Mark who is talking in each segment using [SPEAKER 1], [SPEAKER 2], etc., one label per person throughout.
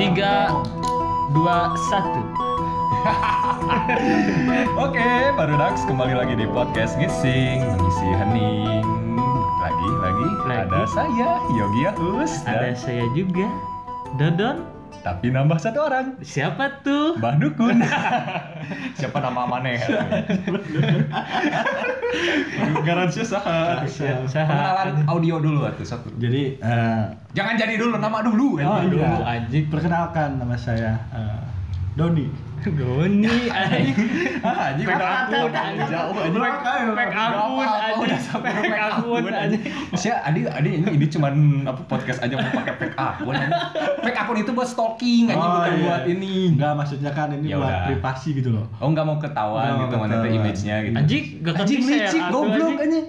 [SPEAKER 1] tiga dua satu
[SPEAKER 2] Oke, baru Dax kembali lagi di podcast ngising mengisi hening. Lagi, lagi,
[SPEAKER 1] Lagi.
[SPEAKER 2] ada saya Yogi Yahus
[SPEAKER 1] ada
[SPEAKER 2] dan
[SPEAKER 1] saya juga Dodon
[SPEAKER 2] tapi nambah satu orang.
[SPEAKER 1] siapa tuh
[SPEAKER 2] Mbah Dukun. Siapa nama mana ya? Garansi sah.
[SPEAKER 1] Sa- saha.
[SPEAKER 2] Perkenalan audio dulu atau satu.
[SPEAKER 3] Jadi eh,
[SPEAKER 2] Jangan jadi dulu nama dulu.
[SPEAKER 3] Oh,
[SPEAKER 2] atuh.
[SPEAKER 1] Aduh
[SPEAKER 3] iya.
[SPEAKER 1] anjing
[SPEAKER 3] perkenalkan nama saya eh, Doni.
[SPEAKER 1] Doni anjing
[SPEAKER 2] Ah, anjing udah aku jauh anjing.
[SPEAKER 1] Back- back akun
[SPEAKER 2] Berapa? Udah
[SPEAKER 1] anjing
[SPEAKER 2] sampai
[SPEAKER 1] Back
[SPEAKER 2] back
[SPEAKER 1] akun
[SPEAKER 2] akun,
[SPEAKER 1] anjing
[SPEAKER 2] Saya Adi Adi ini ini cuman apa podcast aja mau pakai fake akun. anjing. Fake akun itu buat stalking anjing bukan
[SPEAKER 3] iya.
[SPEAKER 2] buat ini.
[SPEAKER 3] Enggak maksudnya kan ini
[SPEAKER 2] Ya
[SPEAKER 3] buat
[SPEAKER 2] udah.
[SPEAKER 3] privasi gitu loh.
[SPEAKER 2] Oh nggak mau ketahuan
[SPEAKER 3] Nggak mau
[SPEAKER 2] gitu mana itu
[SPEAKER 3] ketahuan.
[SPEAKER 2] image-nya gitu.
[SPEAKER 1] Anjing gak
[SPEAKER 2] Anjing
[SPEAKER 1] ketik
[SPEAKER 2] licik
[SPEAKER 1] share aku,
[SPEAKER 2] goblok anjing.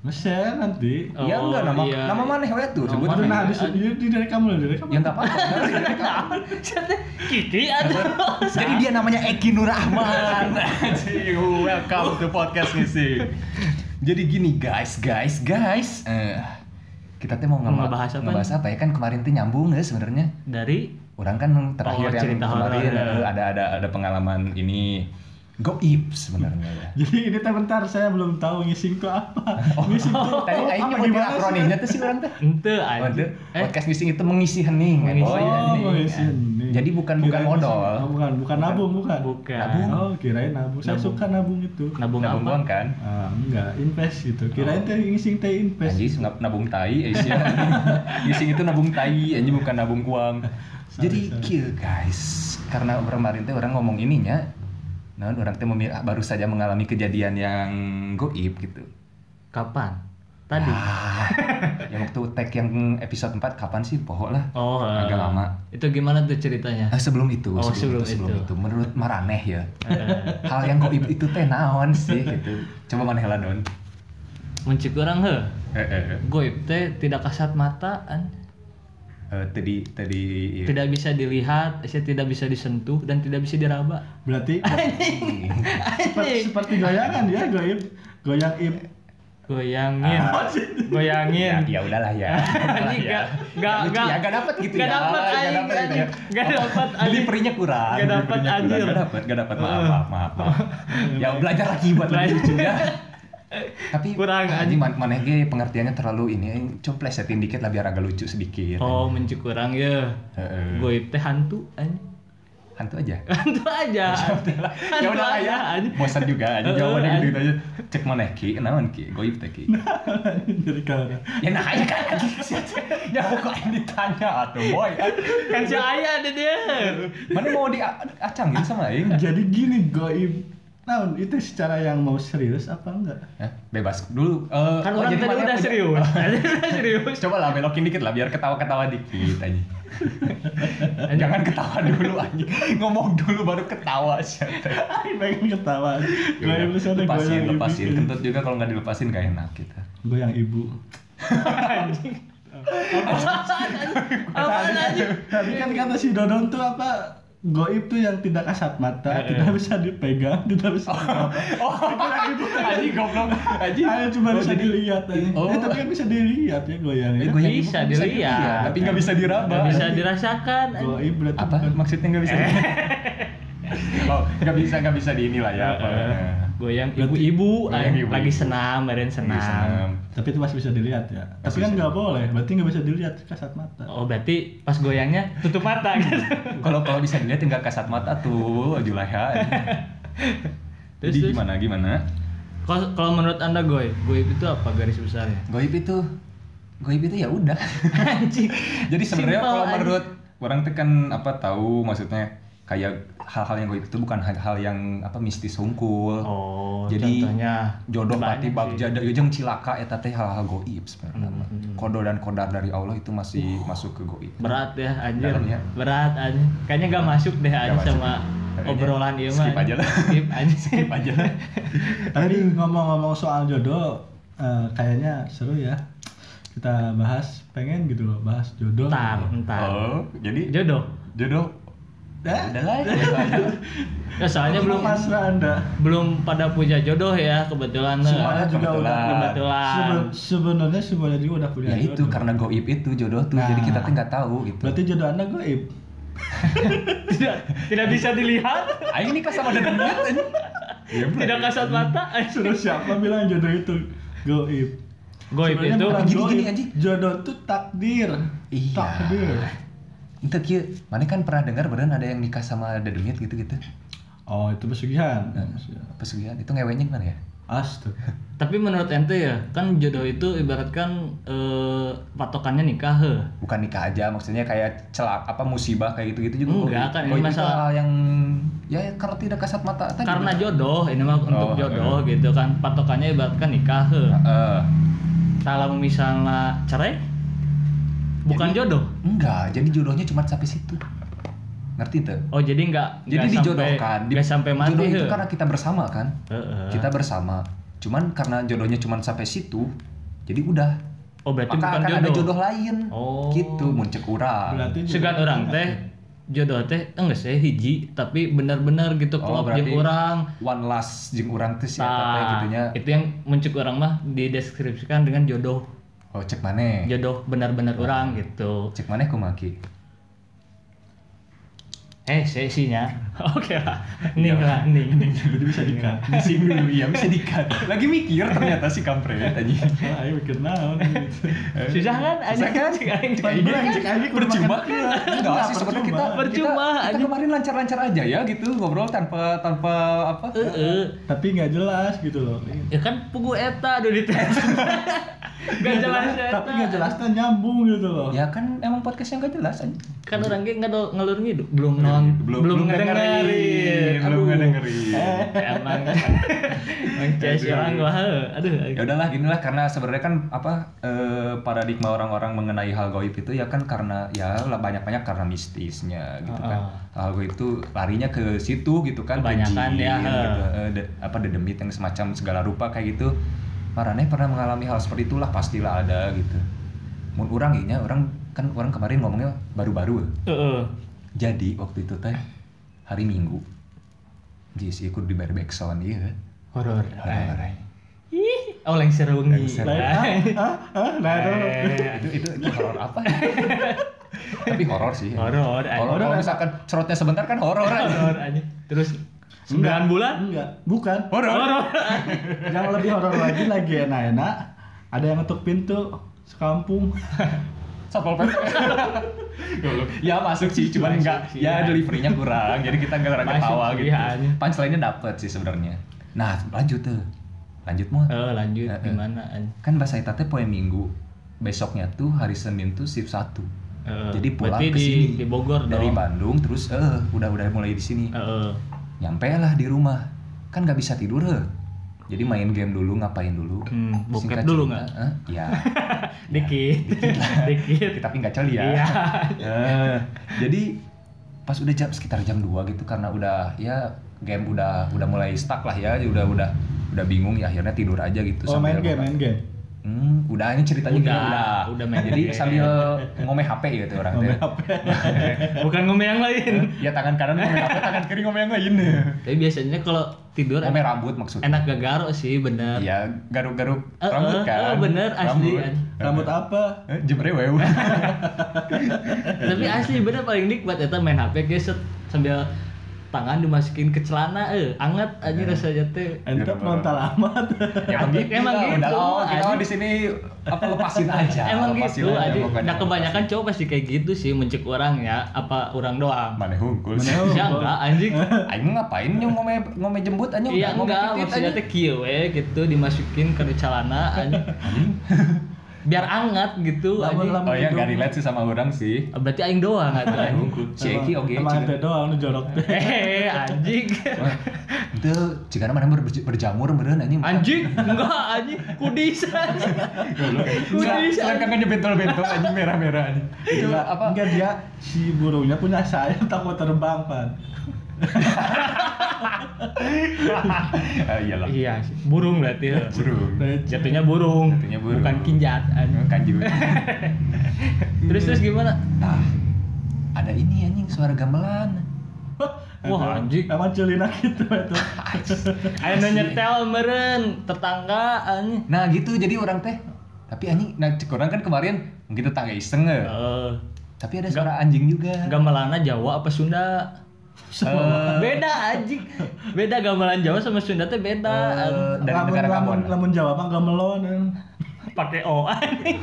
[SPEAKER 3] Nge-share nanti.
[SPEAKER 1] Oh,
[SPEAKER 2] ya enggak nama
[SPEAKER 1] iya.
[SPEAKER 2] nama mana ya tuh
[SPEAKER 1] Nama
[SPEAKER 2] sebut
[SPEAKER 1] mana?
[SPEAKER 3] Karena
[SPEAKER 2] nama.
[SPEAKER 3] habis ini ini dari kamu loh, dari kamu.
[SPEAKER 2] iya. Ya enggak apa-apa.
[SPEAKER 1] Kiki atau
[SPEAKER 2] Jadi dia namanya Eki Nur Ahmad. Welcome to podcast ngisi. Jadi gini guys, guys, guys. Eh, kita tuh mau ngema-
[SPEAKER 1] Ngebahas apa?
[SPEAKER 2] ngebahas apa ya kan kemarin tuh nyambung ya sebenarnya.
[SPEAKER 1] dari
[SPEAKER 2] Orang kan terakhir
[SPEAKER 1] Oh,
[SPEAKER 2] yang
[SPEAKER 1] cerita
[SPEAKER 2] kemarin
[SPEAKER 1] horor, ya.
[SPEAKER 2] eh, ada ada ada pengalaman ini goib sebenarnya ya.
[SPEAKER 3] Jadi ini teh bentar saya belum tahu ngising tuh apa. ngising
[SPEAKER 2] Oh.
[SPEAKER 3] tuh.
[SPEAKER 2] Tadi
[SPEAKER 3] Oh, apa,
[SPEAKER 2] aing nyebutin
[SPEAKER 3] gimana sih?
[SPEAKER 2] akronimnya tuh sih orang tuh.
[SPEAKER 1] ente
[SPEAKER 2] Oh, itu
[SPEAKER 1] anjing eh
[SPEAKER 2] podcast ngising itu mengisi hening. kan?
[SPEAKER 1] Mengisi.
[SPEAKER 2] iya,
[SPEAKER 3] Oh,
[SPEAKER 2] hening,
[SPEAKER 3] mengisi
[SPEAKER 2] ya.
[SPEAKER 3] hening.
[SPEAKER 2] Jadi bukan bukan
[SPEAKER 3] Kirain
[SPEAKER 2] modal.
[SPEAKER 3] ngising. Oh, bukan, bukan nabung, bukan.
[SPEAKER 1] bukan
[SPEAKER 3] Oh, kirain nabung. Saya
[SPEAKER 1] Nabung.
[SPEAKER 3] suka nabung itu.
[SPEAKER 1] nabung apa
[SPEAKER 2] Nabung doang kan?
[SPEAKER 3] Ah, enggak, invest gitu. Kirain teh ngising teh invest.
[SPEAKER 2] Anjing ngap nabung tai Asia. Ngising itu nabung tai, anjing bukan nabung uang.
[SPEAKER 3] Sorry,
[SPEAKER 2] Jadi
[SPEAKER 3] sorry.
[SPEAKER 2] kieu guys, karena kemarin teh orang ngomong ininya. Nah, orang teh memil- baru saja mengalami kejadian yang goib gitu.
[SPEAKER 1] kapan tadi
[SPEAKER 2] Ah, yang waktu tag yang episode 4 kapan sih? Pohok lah.
[SPEAKER 1] oh eh,
[SPEAKER 2] Agak lama.
[SPEAKER 1] itu gimana tuh ceritanya
[SPEAKER 2] Ah, sebelum itu,
[SPEAKER 1] Oh, sebelum itu.
[SPEAKER 2] Menurut Maraneh ya.
[SPEAKER 1] Eh,
[SPEAKER 2] Hal yang goib itu teh naon sih gitu. Coba maneh lah Don.
[SPEAKER 1] mencik orang heh
[SPEAKER 2] Eh, eh, eh.
[SPEAKER 1] goib teh tidak kasat mata an.
[SPEAKER 2] Eh, tadi tadi iya.
[SPEAKER 1] tidak bisa dilihat saya tidak bisa disentuh dan tidak bisa diraba
[SPEAKER 3] Berarti seperti, seperti goyangan ya, goib. Goyang ib.
[SPEAKER 1] goyangin
[SPEAKER 2] Ah. ya,
[SPEAKER 1] goyangin
[SPEAKER 2] ya udahlah ya.
[SPEAKER 1] Anjing,
[SPEAKER 2] Ya.
[SPEAKER 1] gak gak
[SPEAKER 2] lucu
[SPEAKER 1] gak
[SPEAKER 2] ya, gak dapet gitu
[SPEAKER 1] gak
[SPEAKER 2] ya.
[SPEAKER 1] dapet
[SPEAKER 2] Gak
[SPEAKER 1] anjing
[SPEAKER 2] dapet
[SPEAKER 1] anjing.
[SPEAKER 2] ya.
[SPEAKER 1] gak dapet
[SPEAKER 2] Beli
[SPEAKER 1] anjing
[SPEAKER 2] perinya kurang.
[SPEAKER 1] Gak
[SPEAKER 2] beli
[SPEAKER 1] dapet,
[SPEAKER 2] perinya kurang.
[SPEAKER 1] anjir.
[SPEAKER 2] Gak dapet, gak dapet. Maaf, maaf, maaf. maaf. ya belajar lagi buat lebih lucu ya. Tapi
[SPEAKER 1] Kurang,
[SPEAKER 2] anjing man maneh ge pengertiannya terlalu ini aing complesetin dikit lah biar agak lucu sedikit.
[SPEAKER 1] oh mencik orang ya
[SPEAKER 2] Heeh.
[SPEAKER 1] goib teh hantu anjing
[SPEAKER 2] Hantu aja.
[SPEAKER 1] hantu aja
[SPEAKER 2] ya
[SPEAKER 1] hantu
[SPEAKER 2] udah lah
[SPEAKER 1] aja
[SPEAKER 2] ya.
[SPEAKER 1] anjing
[SPEAKER 2] Bosan juga
[SPEAKER 1] Heeh,
[SPEAKER 2] anjing jawabannya
[SPEAKER 1] anjing.
[SPEAKER 2] gitu aja. Cek maneh ki, naon ki? Goib teh ki.
[SPEAKER 3] Jadi kalau
[SPEAKER 2] Ya nah aja kan anjing. Ya kok yang ditanya atuh boy.
[SPEAKER 1] kan si ayah ada dia
[SPEAKER 2] Mana mau diacangin sama aing?
[SPEAKER 3] Jadi gini goib. Nah, itu secara yang mau serius apa enggak?
[SPEAKER 2] Hah? Ya, bebas dulu Eh,
[SPEAKER 1] kan
[SPEAKER 2] oh,
[SPEAKER 1] orang
[SPEAKER 2] jadi
[SPEAKER 1] tadi
[SPEAKER 2] mana
[SPEAKER 1] udah
[SPEAKER 2] punya-
[SPEAKER 1] serius tadi udah serius
[SPEAKER 2] coba lah belokin dikit lah biar ketawa-ketawa dikit aja jangan ketawa dulu aja ngomong dulu baru ketawa siapa Iya.
[SPEAKER 3] Ay, pengen ketawa. Goib di
[SPEAKER 2] lepasin
[SPEAKER 3] sana goyang
[SPEAKER 2] lepasin kan
[SPEAKER 3] ibu.
[SPEAKER 2] kentut juga kalau nggak dilepasin gak enak gitu. kita
[SPEAKER 3] Goyang ibu.
[SPEAKER 1] apaan anjing
[SPEAKER 3] Tapi kan kata si Dodon tuh apa? Goib tuh yang tidak kasat mata, tidak bisa dipegang, tidak bisa.
[SPEAKER 2] Eh. oh aji goblok aji
[SPEAKER 3] Hanya cuma bisa dilihat aja.
[SPEAKER 2] Oh. Eh,
[SPEAKER 3] Eh, tapi kan bisa dilihat ya goyangnya.
[SPEAKER 1] goyang ibu Bisa kan bisa dilihat. dilihat,
[SPEAKER 2] tapi nggak bisa diraba
[SPEAKER 1] Gak bisa dirasakan anjing.
[SPEAKER 3] Goib berarti
[SPEAKER 2] apa
[SPEAKER 3] bukan-
[SPEAKER 2] maksudnya nggak bisa oh nggak bisa nggak bisa di inilah ya apa
[SPEAKER 1] goyang ibu-ibu
[SPEAKER 2] Goyang
[SPEAKER 1] anjing.
[SPEAKER 2] ibu-ibu.
[SPEAKER 1] lagi senam kemarin
[SPEAKER 2] Di senam.
[SPEAKER 1] senam
[SPEAKER 3] Tapi itu masih bisa dilihat ya. Tapi
[SPEAKER 2] Masih
[SPEAKER 3] kan
[SPEAKER 2] bisa
[SPEAKER 3] nggak boleh, berarti nggak bisa dilihat kasat mata.
[SPEAKER 1] oh berarti pas goyangnya tutup mata gitu
[SPEAKER 2] kalau kalau bisa dilihat nggak kasat mata tuh Julaiha
[SPEAKER 1] Terus,
[SPEAKER 2] jadi
[SPEAKER 1] terus.
[SPEAKER 2] gimana gimana
[SPEAKER 1] kalau kalau menurut anda goy goy itu apa garis ya? besarnya
[SPEAKER 2] goib itu goib itu ya udah
[SPEAKER 1] anjing
[SPEAKER 2] jadi sebenarnya
[SPEAKER 1] Simple,
[SPEAKER 2] kalau
[SPEAKER 1] anjing.
[SPEAKER 2] menurut orang tekan apa tahu maksudnya kayak hal-hal yang goib itu bukan hal-hal yang apa mistis hungkul
[SPEAKER 1] oh
[SPEAKER 2] Jadi,
[SPEAKER 1] contohnya
[SPEAKER 2] jodoh pati
[SPEAKER 1] banyak sih. Hmm,
[SPEAKER 2] bagja jeung cilaka eta teh hal-hal goib sebenarnya mah. kodo dan kodar dari Allah itu masih masuk ke goib
[SPEAKER 1] berat ya anjir
[SPEAKER 2] Dalamnya.
[SPEAKER 1] berat anjing kayaknya nggak masuk deh anjing
[SPEAKER 2] masuk.
[SPEAKER 1] sama
[SPEAKER 2] Kayaknya
[SPEAKER 1] obrolan iya mah
[SPEAKER 2] skip aja lah.
[SPEAKER 1] skip anjing
[SPEAKER 2] skip aja lah
[SPEAKER 3] Tadi ngomong-ngomong soal jodoh, eh, kayaknya seru ya. Kita bahas, pengen gitu loh, bahas jodoh.
[SPEAKER 1] ntar ntar
[SPEAKER 2] oh jadi
[SPEAKER 1] jodoh
[SPEAKER 2] jodoh
[SPEAKER 3] Eh,
[SPEAKER 2] udah lah jodoh aja lah.
[SPEAKER 1] ya soalnya belum
[SPEAKER 3] pasrah Anda.
[SPEAKER 1] belum pada punya jodoh ya kebetulan
[SPEAKER 3] Semuanya
[SPEAKER 2] Ah,
[SPEAKER 3] juga udah
[SPEAKER 2] kebetulan.
[SPEAKER 1] Kebetulan.
[SPEAKER 3] Sebe- sebenarnya semuanya juga udah punya
[SPEAKER 2] ya
[SPEAKER 3] jodoh.
[SPEAKER 2] itu karena goib itu jodoh tuh jadi
[SPEAKER 3] Nah.
[SPEAKER 2] kita tuh nggak tahu gitu
[SPEAKER 3] Berarti jodoh Anda goib.
[SPEAKER 1] tidak tidak bisa dilihat
[SPEAKER 2] Aing nikah sama ada duit anjing. Ya, bro.
[SPEAKER 1] tidak kasat mata
[SPEAKER 3] Suruh siapa bilang jodoh itu goib?
[SPEAKER 1] Goib
[SPEAKER 3] Sebenarnya
[SPEAKER 1] itu?
[SPEAKER 3] bukan
[SPEAKER 2] Gini-gini,
[SPEAKER 3] goib.
[SPEAKER 2] anjing.
[SPEAKER 3] Jodoh itu takdir.
[SPEAKER 2] Iya.
[SPEAKER 3] Takdir.
[SPEAKER 2] Itu kia, mana kan pernah dengar beneran ada yang nikah sama ada duit gitu-gitu.
[SPEAKER 3] Oh itu pesugihan.
[SPEAKER 2] Pesugihan itu ngewenya gimana ya?
[SPEAKER 3] Astaga.
[SPEAKER 1] tapi menurut ente ya kan jodoh itu ibaratkan eh, patokannya nikah heh.
[SPEAKER 2] Bukan nikah aja, maksudnya kayak celak apa musibah kayak gitu-gitu juga.
[SPEAKER 1] Enggak, kan, ini
[SPEAKER 2] Kalau
[SPEAKER 1] masalah-
[SPEAKER 2] hal yang ya karena tidak kasat mata tadi.
[SPEAKER 1] karena jodoh ini mah untuk
[SPEAKER 2] Oh, Iya.
[SPEAKER 1] jodoh gitu kan patokannya ibaratkan nikah heh.
[SPEAKER 2] Heeh.
[SPEAKER 1] kalau misalnya cerai bukan
[SPEAKER 2] Jadi-
[SPEAKER 1] jodoh
[SPEAKER 2] enggak, jadi jodohnya cuma sampai situ. Ngerti tuh?
[SPEAKER 1] oh jadi nggak
[SPEAKER 2] Jadi
[SPEAKER 1] nggak sampai-
[SPEAKER 2] dijodohkan. Di-
[SPEAKER 1] nggak sampai mati
[SPEAKER 2] Jodoh itu
[SPEAKER 1] heh.
[SPEAKER 2] karena kita bersama kan?
[SPEAKER 1] Heeh.
[SPEAKER 2] Kita bersama. Cuman karena jodohnya cuma sampai situ, jadi udah.
[SPEAKER 1] oh berarti
[SPEAKER 2] Maka
[SPEAKER 1] bukan
[SPEAKER 2] akan
[SPEAKER 1] jodoh,
[SPEAKER 2] ada jodoh lain.
[SPEAKER 1] Oh.
[SPEAKER 2] Gitu, muncul kurang.
[SPEAKER 3] Berarti
[SPEAKER 1] segan
[SPEAKER 3] jodoh-
[SPEAKER 1] orang teh jodoh teh enggak sih hiji tapi benar-benar
[SPEAKER 2] Oh,
[SPEAKER 1] gitu kalau jeung orang
[SPEAKER 2] one last jeung urang teh siapa teh
[SPEAKER 1] Nah,
[SPEAKER 2] gitunya.
[SPEAKER 1] itu yang muncul orang mah dideskripsikan dengan jodoh
[SPEAKER 2] Oh, cek maneh.
[SPEAKER 1] jodoh benar-benar orang gitu
[SPEAKER 2] Cek maneh kumaki.
[SPEAKER 1] eh saya isinya oke lah nih lah nih
[SPEAKER 2] Iya.
[SPEAKER 1] nih
[SPEAKER 3] Jadi bisa dikat.
[SPEAKER 2] Bising dulu ya, bisa dikat. Lagi mikir ternyata si kampret anjing.
[SPEAKER 3] Wah, ayo mikir Ah, iya, naon.
[SPEAKER 1] susah kan
[SPEAKER 2] Susah kan?
[SPEAKER 1] Cek aing, cek
[SPEAKER 2] Pan
[SPEAKER 1] aing.
[SPEAKER 2] bilang,
[SPEAKER 3] cek aing, kurang
[SPEAKER 2] percuma
[SPEAKER 3] makan
[SPEAKER 2] kan?
[SPEAKER 3] dia.
[SPEAKER 2] Enggak sih
[SPEAKER 3] Percuma.
[SPEAKER 2] sebenarnya kita kita-
[SPEAKER 1] Percuma,
[SPEAKER 2] Kita,
[SPEAKER 1] anjing.
[SPEAKER 2] kemarin lancar-lancar aja ya gitu ngobrol tanpa tanpa apa?
[SPEAKER 1] Heeh.
[SPEAKER 3] Tapi nggak jelas gitu loh.
[SPEAKER 1] ya kan pugu eta aduh di gak
[SPEAKER 2] Iya,
[SPEAKER 1] jelas ya, eta
[SPEAKER 3] Tapi nggak jelasnya nyambung gitu loh.
[SPEAKER 2] Ya kan emang podcastnya nggak jelas anjing.
[SPEAKER 1] kan orang ge nggak do- ngelur ngidul belum non Gitu. belum, ngedengerin.
[SPEAKER 2] belum
[SPEAKER 1] Aduh. Eh,
[SPEAKER 2] ngedengerin.
[SPEAKER 1] emang emang cies
[SPEAKER 2] Aduh.
[SPEAKER 1] orang gua heuh. aduh
[SPEAKER 2] ya udahlah inilah karena sebenarnya kan apa eh, paradigma orang-orang mengenai hal goib itu ya kan karena ya lah banyak-banyak karena mistisnya gitu kan hal goib itu larinya ke situ gitu kan ke
[SPEAKER 1] Kebanyakan
[SPEAKER 2] jin,
[SPEAKER 1] ya, he.
[SPEAKER 2] gitu, eh, de- apa dedemit yang semacam segala rupa kayak gitu Marane pernah mengalami hal seperti itulah pastilah ada gitu mun orang ya nya, orang kan orang kemarin ngomongnya baru-baru ya.
[SPEAKER 1] Heeh.
[SPEAKER 2] jadi waktu itu teh hari minggu Jis ikut di barback sound iya
[SPEAKER 1] horor Eh.
[SPEAKER 2] Horor.
[SPEAKER 1] ih oh lengser wengi
[SPEAKER 2] Lengser.
[SPEAKER 3] Nah, ah, ah, ah, nah, itu.
[SPEAKER 1] Eh,
[SPEAKER 2] itu itu, itu horor apa? Tapi horor sih.
[SPEAKER 1] horor
[SPEAKER 2] Horor
[SPEAKER 1] horor
[SPEAKER 2] kalau misalkan cerotnya sebentar kan horor. aja.
[SPEAKER 1] horor aja terus sembilan bulan
[SPEAKER 3] Enggak, bukan.
[SPEAKER 2] Horor.
[SPEAKER 3] Yang lebih horor lagi lagi enak-enak. Ada yang ngetuk pintu sekampung.
[SPEAKER 2] Satpol PP. Goblok. ya masuk sih, cuman
[SPEAKER 1] Masuk
[SPEAKER 2] enggak
[SPEAKER 1] sih,
[SPEAKER 2] ya
[SPEAKER 1] ya.
[SPEAKER 2] delivery-nya kurang, jadi kita enggak
[SPEAKER 1] Masuk
[SPEAKER 2] ketawa
[SPEAKER 1] sih,
[SPEAKER 2] gitu.
[SPEAKER 1] ya, anjing.
[SPEAKER 2] Punchline-nya dapet sih sebenarnya. Nah, lanjut tuh. Lanjut mau.
[SPEAKER 1] eh lanjut
[SPEAKER 2] Heeh.
[SPEAKER 1] gimana anjing?
[SPEAKER 2] Kan bahasa Eta teh poe Minggu. Besoknya tuh hari Senin tuh shift 1.
[SPEAKER 1] Heeh.
[SPEAKER 2] Jadi pulang
[SPEAKER 1] Eh, Berarti
[SPEAKER 2] ke
[SPEAKER 1] di-
[SPEAKER 2] sini
[SPEAKER 1] di Bogor
[SPEAKER 2] dari
[SPEAKER 1] dong. Eh.
[SPEAKER 2] Bandung terus eh udah udah mulai di sini.
[SPEAKER 1] Heeh.
[SPEAKER 2] nyampe lah di rumah kan nggak bisa tidur heh. jadi main game dulu ngapain dulu
[SPEAKER 1] Hmm, bokep
[SPEAKER 2] Singkat
[SPEAKER 1] dulu
[SPEAKER 2] cerita,
[SPEAKER 1] nggak?
[SPEAKER 2] eh, ya
[SPEAKER 1] dikit dikit
[SPEAKER 2] kita tapi nggak coli ya
[SPEAKER 1] Iya.
[SPEAKER 2] Eh, jadi pas udah jam sekitar jam 2 gitu karena udah ya game udah udah mulai stuck lah ya udah udah udah bingung ya akhirnya tidur aja gitu
[SPEAKER 3] Oh,
[SPEAKER 1] ya?
[SPEAKER 2] sambil
[SPEAKER 3] main game,
[SPEAKER 2] buka-
[SPEAKER 3] main game.
[SPEAKER 2] Hmm, udah ini ceritanya
[SPEAKER 1] Udah,
[SPEAKER 2] gini, udah.
[SPEAKER 1] udah main
[SPEAKER 2] Jadi
[SPEAKER 1] game.
[SPEAKER 2] sambil ngomeh HP gitu orang
[SPEAKER 3] Ngomel
[SPEAKER 2] teh.
[SPEAKER 3] apa?
[SPEAKER 1] bukan ngomel yang lain
[SPEAKER 2] Ya tangan kanan ngomeh HP, tangan kiri ngomeh yang lain.
[SPEAKER 1] tapi biasanya kalau tidur
[SPEAKER 2] Ngomeh rambut maksudnya.
[SPEAKER 1] enak gagaro sih bener
[SPEAKER 2] Iya, garuk-garuk
[SPEAKER 1] Eh,
[SPEAKER 2] rambut
[SPEAKER 1] eh,
[SPEAKER 2] kan.
[SPEAKER 1] eh, bener, asli,
[SPEAKER 2] Rambut.
[SPEAKER 1] kan.
[SPEAKER 3] Rambut apa?
[SPEAKER 2] Eh, jemre wew. Iya.
[SPEAKER 1] tapi asli bener paling nikmat eta main HP geset sambil tangan dimasukin ke celana eh anget aja
[SPEAKER 2] Iya.
[SPEAKER 1] rasanya teh
[SPEAKER 3] Ente frontal amat.
[SPEAKER 2] emang gitu.
[SPEAKER 1] Emang
[SPEAKER 2] lah,
[SPEAKER 1] gitu,
[SPEAKER 2] Udah, oh, kita
[SPEAKER 1] anjing.
[SPEAKER 2] di sini apa lepasin aja.
[SPEAKER 1] emang
[SPEAKER 2] lepasin
[SPEAKER 1] gitu
[SPEAKER 2] aja,
[SPEAKER 1] aja
[SPEAKER 2] pokoknya
[SPEAKER 1] nah
[SPEAKER 2] lepasin.
[SPEAKER 1] kebanyakan cowok pasti kayak gitu sih mencek orang ya apa orang doang
[SPEAKER 2] Mana hungkul sih.
[SPEAKER 3] Mana
[SPEAKER 1] ya
[SPEAKER 3] hungkul.
[SPEAKER 1] enggak anjing
[SPEAKER 2] Aing ngapain nyong ngome ngome jembut anjing
[SPEAKER 1] Iya
[SPEAKER 2] ngome
[SPEAKER 1] enggak,
[SPEAKER 2] titit
[SPEAKER 1] maksudnya
[SPEAKER 2] anjing.
[SPEAKER 1] teh kieu we gitu dimasukin ke celana anjing. Biar anget gitu anjing. Oh,
[SPEAKER 3] Lamun-lamun
[SPEAKER 2] Oh iya
[SPEAKER 3] gitu.
[SPEAKER 2] enggak relate sih sama orang sih.
[SPEAKER 1] Berarti aing doang atuh
[SPEAKER 2] Mana
[SPEAKER 1] anjing.
[SPEAKER 2] hungkul. Si Eki oge.
[SPEAKER 3] Emang
[SPEAKER 2] cina.
[SPEAKER 3] ente doang lu jorok teh.
[SPEAKER 1] Hehehe, Eh, anjing.
[SPEAKER 2] Wah, Itu jika mana berj- berjamur beneran anjing.
[SPEAKER 1] Anjing, enggak anjing, kudis anjing.
[SPEAKER 2] Sel-
[SPEAKER 1] Kudis.
[SPEAKER 2] Selangkangannya bentol-bentol kan anjing merah-merah anjing. Itu
[SPEAKER 3] Gila,
[SPEAKER 2] apa?
[SPEAKER 3] Enggak dia si burungnya punya sayap takut terbang, Pan.
[SPEAKER 2] Ah, Iyalah.
[SPEAKER 1] Iya, sih. burung berarti. ya.
[SPEAKER 2] Iya, Burung.
[SPEAKER 1] Jatuhnya burung.
[SPEAKER 2] Jatuhnya burung.
[SPEAKER 1] Bukan kinjat. anjing.
[SPEAKER 2] Kanji.
[SPEAKER 1] Terus terus gimana?
[SPEAKER 2] Kan Nah, ada ini anjing suara gamelan.
[SPEAKER 1] Wah, anjing.
[SPEAKER 3] Emang celina gitu itu.
[SPEAKER 1] Ayo nyetel meren tetangga anjing.
[SPEAKER 2] Nah gitu jadi orang teh. Tapi anjing, nah cek orang kan kemarin mungkin tetangga iseng ya.
[SPEAKER 1] Eh,
[SPEAKER 2] Tapi ada suara anjing juga.
[SPEAKER 1] gamelannya Jawa apa Sunda
[SPEAKER 2] Eh,
[SPEAKER 1] beda anjing beda gamelan Jawa sama Sunda teh beda
[SPEAKER 2] eh, dari
[SPEAKER 3] Lamun-
[SPEAKER 2] negara Gabon.
[SPEAKER 3] lamun- Lamun Jawa mah gamelon. eh.
[SPEAKER 1] pakai O anjing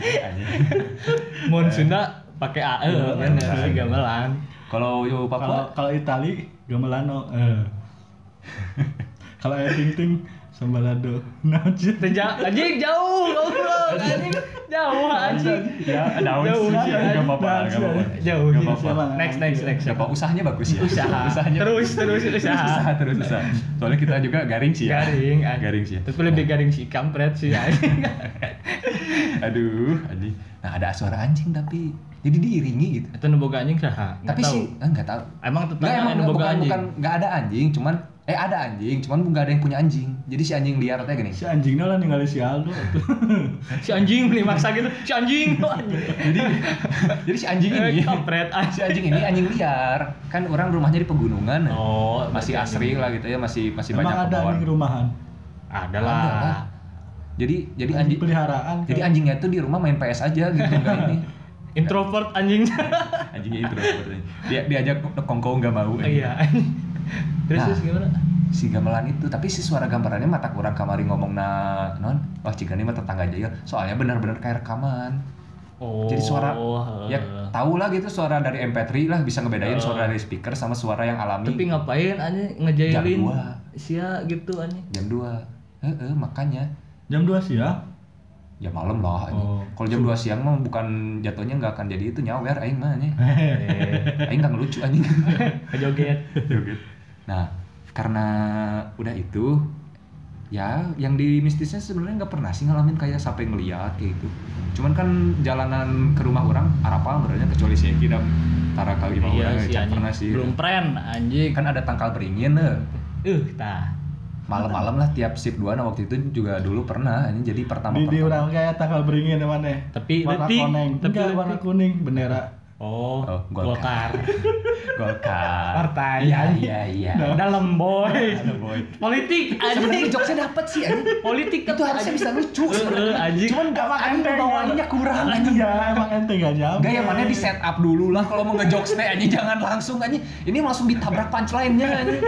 [SPEAKER 2] Iya, Anjing. Iya,
[SPEAKER 1] Mun Sunda pakai A eh bener sih gamelan
[SPEAKER 2] Kalau yo
[SPEAKER 3] Kalau
[SPEAKER 2] Papua
[SPEAKER 3] kalau Itali gamelano. eh. Kalau air ting ting sambalado. Nah, cik.
[SPEAKER 1] Tenja, anjing jauh goblok anjing jauh anjing
[SPEAKER 2] ya daun
[SPEAKER 1] Jauh
[SPEAKER 2] sih
[SPEAKER 1] sih,
[SPEAKER 2] enggak apa-apa,
[SPEAKER 3] daun
[SPEAKER 2] enggak
[SPEAKER 3] sih,
[SPEAKER 2] apa-apa.
[SPEAKER 1] jauh
[SPEAKER 2] Nggak
[SPEAKER 1] gitu.
[SPEAKER 2] apa-apa. Iya.
[SPEAKER 1] next next next
[SPEAKER 2] Siapa usahanya bagus ya?
[SPEAKER 1] usaha
[SPEAKER 2] Usahanya
[SPEAKER 1] terus terus
[SPEAKER 2] usaha
[SPEAKER 1] usaha
[SPEAKER 2] terus usaha. Soalnya kita juga garing sih ya.
[SPEAKER 1] garing anjing.
[SPEAKER 2] Garing sih. ya.
[SPEAKER 1] tapi lebih garing sih kampret sih anjing
[SPEAKER 2] Aduh, anjing. Nah, ada suara anjing tapi jadi diiringi gitu.
[SPEAKER 1] itu nu boga anjing saha Nggak
[SPEAKER 2] tapi
[SPEAKER 1] tahu.
[SPEAKER 2] sih eh, nggak tahu.
[SPEAKER 1] emang
[SPEAKER 2] Nggak,
[SPEAKER 1] tetangga
[SPEAKER 2] emang
[SPEAKER 1] anu
[SPEAKER 2] nggak,
[SPEAKER 1] boga
[SPEAKER 2] bukan
[SPEAKER 1] anjing
[SPEAKER 2] bukan nggak ada anjing, cuman eh ada anjing, cuman nggak ada yang punya anjing. Jadi si anjing liar teh gini.
[SPEAKER 3] Si anjingnya lah ninggalin si Aldo. tuh.
[SPEAKER 1] si anjing beli maksa gitu si anjing
[SPEAKER 2] Jadi jadi si anjing
[SPEAKER 1] Eh,
[SPEAKER 2] ini
[SPEAKER 1] kampret
[SPEAKER 2] si
[SPEAKER 1] anjing
[SPEAKER 2] anjing ini anjing liar. Kan orang rumahnya di pegunungan.
[SPEAKER 1] oh
[SPEAKER 2] masih
[SPEAKER 1] berarti
[SPEAKER 2] asri lah gitu ya, masih masih banyak
[SPEAKER 3] Emang ada
[SPEAKER 2] pohon.
[SPEAKER 3] anjing rumahan.
[SPEAKER 1] ada
[SPEAKER 2] Ada
[SPEAKER 1] lah
[SPEAKER 2] lah. Jadi jadi
[SPEAKER 3] Anjing
[SPEAKER 2] anjing
[SPEAKER 3] peliharaan.
[SPEAKER 2] jadi
[SPEAKER 3] kan.
[SPEAKER 2] anjingnya tuh di rumah main PS aja gitu enggak ini.
[SPEAKER 1] introvert anjing
[SPEAKER 2] Anjingnya introvert. anjing. Dia diajak kongko nggak mau. anjing.
[SPEAKER 1] iya anjing. terus
[SPEAKER 2] Nah.
[SPEAKER 1] terus gimana
[SPEAKER 2] si gamelan itu tapi si suara gambarannya mata kurang kamari ngomong na non wah jika ini mah tetangga aja ya soalnya benar-benar kayak rekaman
[SPEAKER 1] oh
[SPEAKER 2] jadi suara ya
[SPEAKER 1] heeh.
[SPEAKER 2] tau lah gitu suara dari MP3 lah bisa ngebedain suara dari speaker sama suara yang alami
[SPEAKER 1] tapi ngapain anjing ngejailin
[SPEAKER 2] Jam dua.
[SPEAKER 1] sia gitu anjing
[SPEAKER 2] jam 2 Heeh, makanya
[SPEAKER 3] Jam 2 siang.
[SPEAKER 2] ya malam lah anjing.
[SPEAKER 3] Oh.
[SPEAKER 2] kalau jam 2 siang mah bukan jatuhnya nggak akan jadi itu nyawer aing mah anjing aing nggak ngelucu anjing
[SPEAKER 1] Eh, joget
[SPEAKER 2] nah karena udah itu ya yang di mistisnya sebenarnya nggak pernah sih ngalamin kayak sampai ngeliat kayak gitu cuman kan jalanan ke rumah orang arapa berarti kecuali si Eki dan Tara kali mah
[SPEAKER 1] iya
[SPEAKER 2] orang
[SPEAKER 1] sih
[SPEAKER 2] ya,
[SPEAKER 1] anjing
[SPEAKER 2] pernah sih
[SPEAKER 1] belum tren anjing
[SPEAKER 2] kan ada tangkal beringin eh.
[SPEAKER 1] uh tah
[SPEAKER 2] malam-malam lah tiap shift dua nah waktu itu juga dulu pernah ini jadi pertama
[SPEAKER 3] Di di
[SPEAKER 2] pertama
[SPEAKER 3] orang kayak tanggal beringin mana?
[SPEAKER 1] tapi
[SPEAKER 3] warna
[SPEAKER 1] leutik,
[SPEAKER 3] kuning.
[SPEAKER 1] tapi
[SPEAKER 3] Enggak,
[SPEAKER 1] leutik.
[SPEAKER 3] warna kuning bendera.
[SPEAKER 1] oh,
[SPEAKER 2] Oh,
[SPEAKER 1] golkar,
[SPEAKER 2] Golkar
[SPEAKER 1] Partai,
[SPEAKER 2] iya
[SPEAKER 1] anjing. Nah.
[SPEAKER 2] iya iya
[SPEAKER 1] dalam boy
[SPEAKER 2] Aduh, boy
[SPEAKER 1] politik
[SPEAKER 2] sebenarnya
[SPEAKER 1] anjing
[SPEAKER 2] jokesnya dapet sih anjing.
[SPEAKER 1] politik
[SPEAKER 2] itu harusnya bisa lucu
[SPEAKER 1] Eh, eh,
[SPEAKER 2] sebenarnya.
[SPEAKER 1] anjing.
[SPEAKER 2] cuman gak makan
[SPEAKER 1] Enteng,
[SPEAKER 2] bawaannya kurang anjing
[SPEAKER 3] Iya, emang ente gak nyampe.
[SPEAKER 2] Enggak yang mana di set up dulu lah kalau mau ngejokes nih anjing jangan langsung anjing. Ini langsung ditabrak punchline-nya anjing.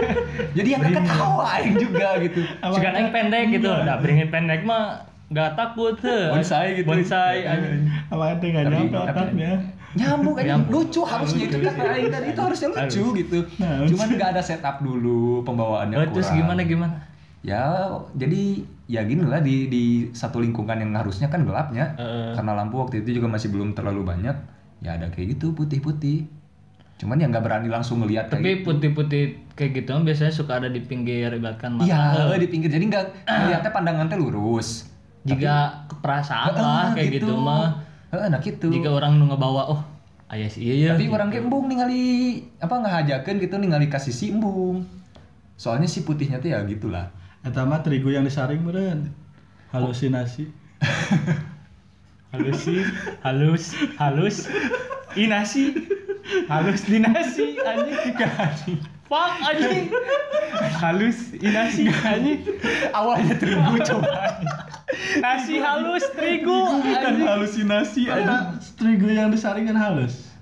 [SPEAKER 2] Jadi yang ketawa aing juga gitu.
[SPEAKER 3] Emang
[SPEAKER 1] Jika naik pendek gitu, udah beringin pendek mah nggak takut tuh.
[SPEAKER 2] Bonsai gitu.
[SPEAKER 1] Bonsai anjing.
[SPEAKER 3] Emang ente gak
[SPEAKER 2] Tapi-
[SPEAKER 3] nyampe
[SPEAKER 2] tapi-
[SPEAKER 3] otaknya.
[SPEAKER 2] Nyambung anjing
[SPEAKER 1] Nyambung.
[SPEAKER 2] lucu harusnya itu kata aing tadi itu harusnya lucu gitu.
[SPEAKER 3] Nah, Harus.
[SPEAKER 2] Cuman enggak ada setup dulu pembawaannya
[SPEAKER 1] Eh,
[SPEAKER 2] kurang.
[SPEAKER 1] terus gimana gimana?
[SPEAKER 2] Ya jadi ya gini lah di di satu lingkungan yang harusnya kan gelapnya
[SPEAKER 1] Heeh.
[SPEAKER 2] karena lampu waktu itu juga masih belum terlalu banyak ya ada kayak gitu putih-putih cuman ya nggak berani langsung ngelihat kayak
[SPEAKER 1] Tapi putih-putih kayak gitu mah biasanya suka ada di pinggir ibaratkan mata.
[SPEAKER 2] Iya, di pinggir. Jadi nggak ngeliatnya pandangan teh lurus.
[SPEAKER 1] Jika keperasaan lah
[SPEAKER 2] Ah,
[SPEAKER 1] kayak gitu, mah.
[SPEAKER 2] Heeh, nah gitu.
[SPEAKER 1] Jika orang nu ngebawa oh ayah sih iya ya.
[SPEAKER 2] Tapi orang ge embung ningali apa ngahajakeun gitu ningali ka sisi embung. Soalnya si putihnya tuh ya gitulah.
[SPEAKER 3] Eta mah terigu yang disaring meureun.
[SPEAKER 2] Oh.
[SPEAKER 3] Halusinasi.
[SPEAKER 1] halus sih, halus, halus, inasi, halus dinasi anjing. Fuck anjing. Halus inasi anjing.
[SPEAKER 2] Awalnya terigu coba.
[SPEAKER 1] Nasi halus terigu anjing.
[SPEAKER 2] halusinasi
[SPEAKER 3] Karena terigu yang disaring kan halus.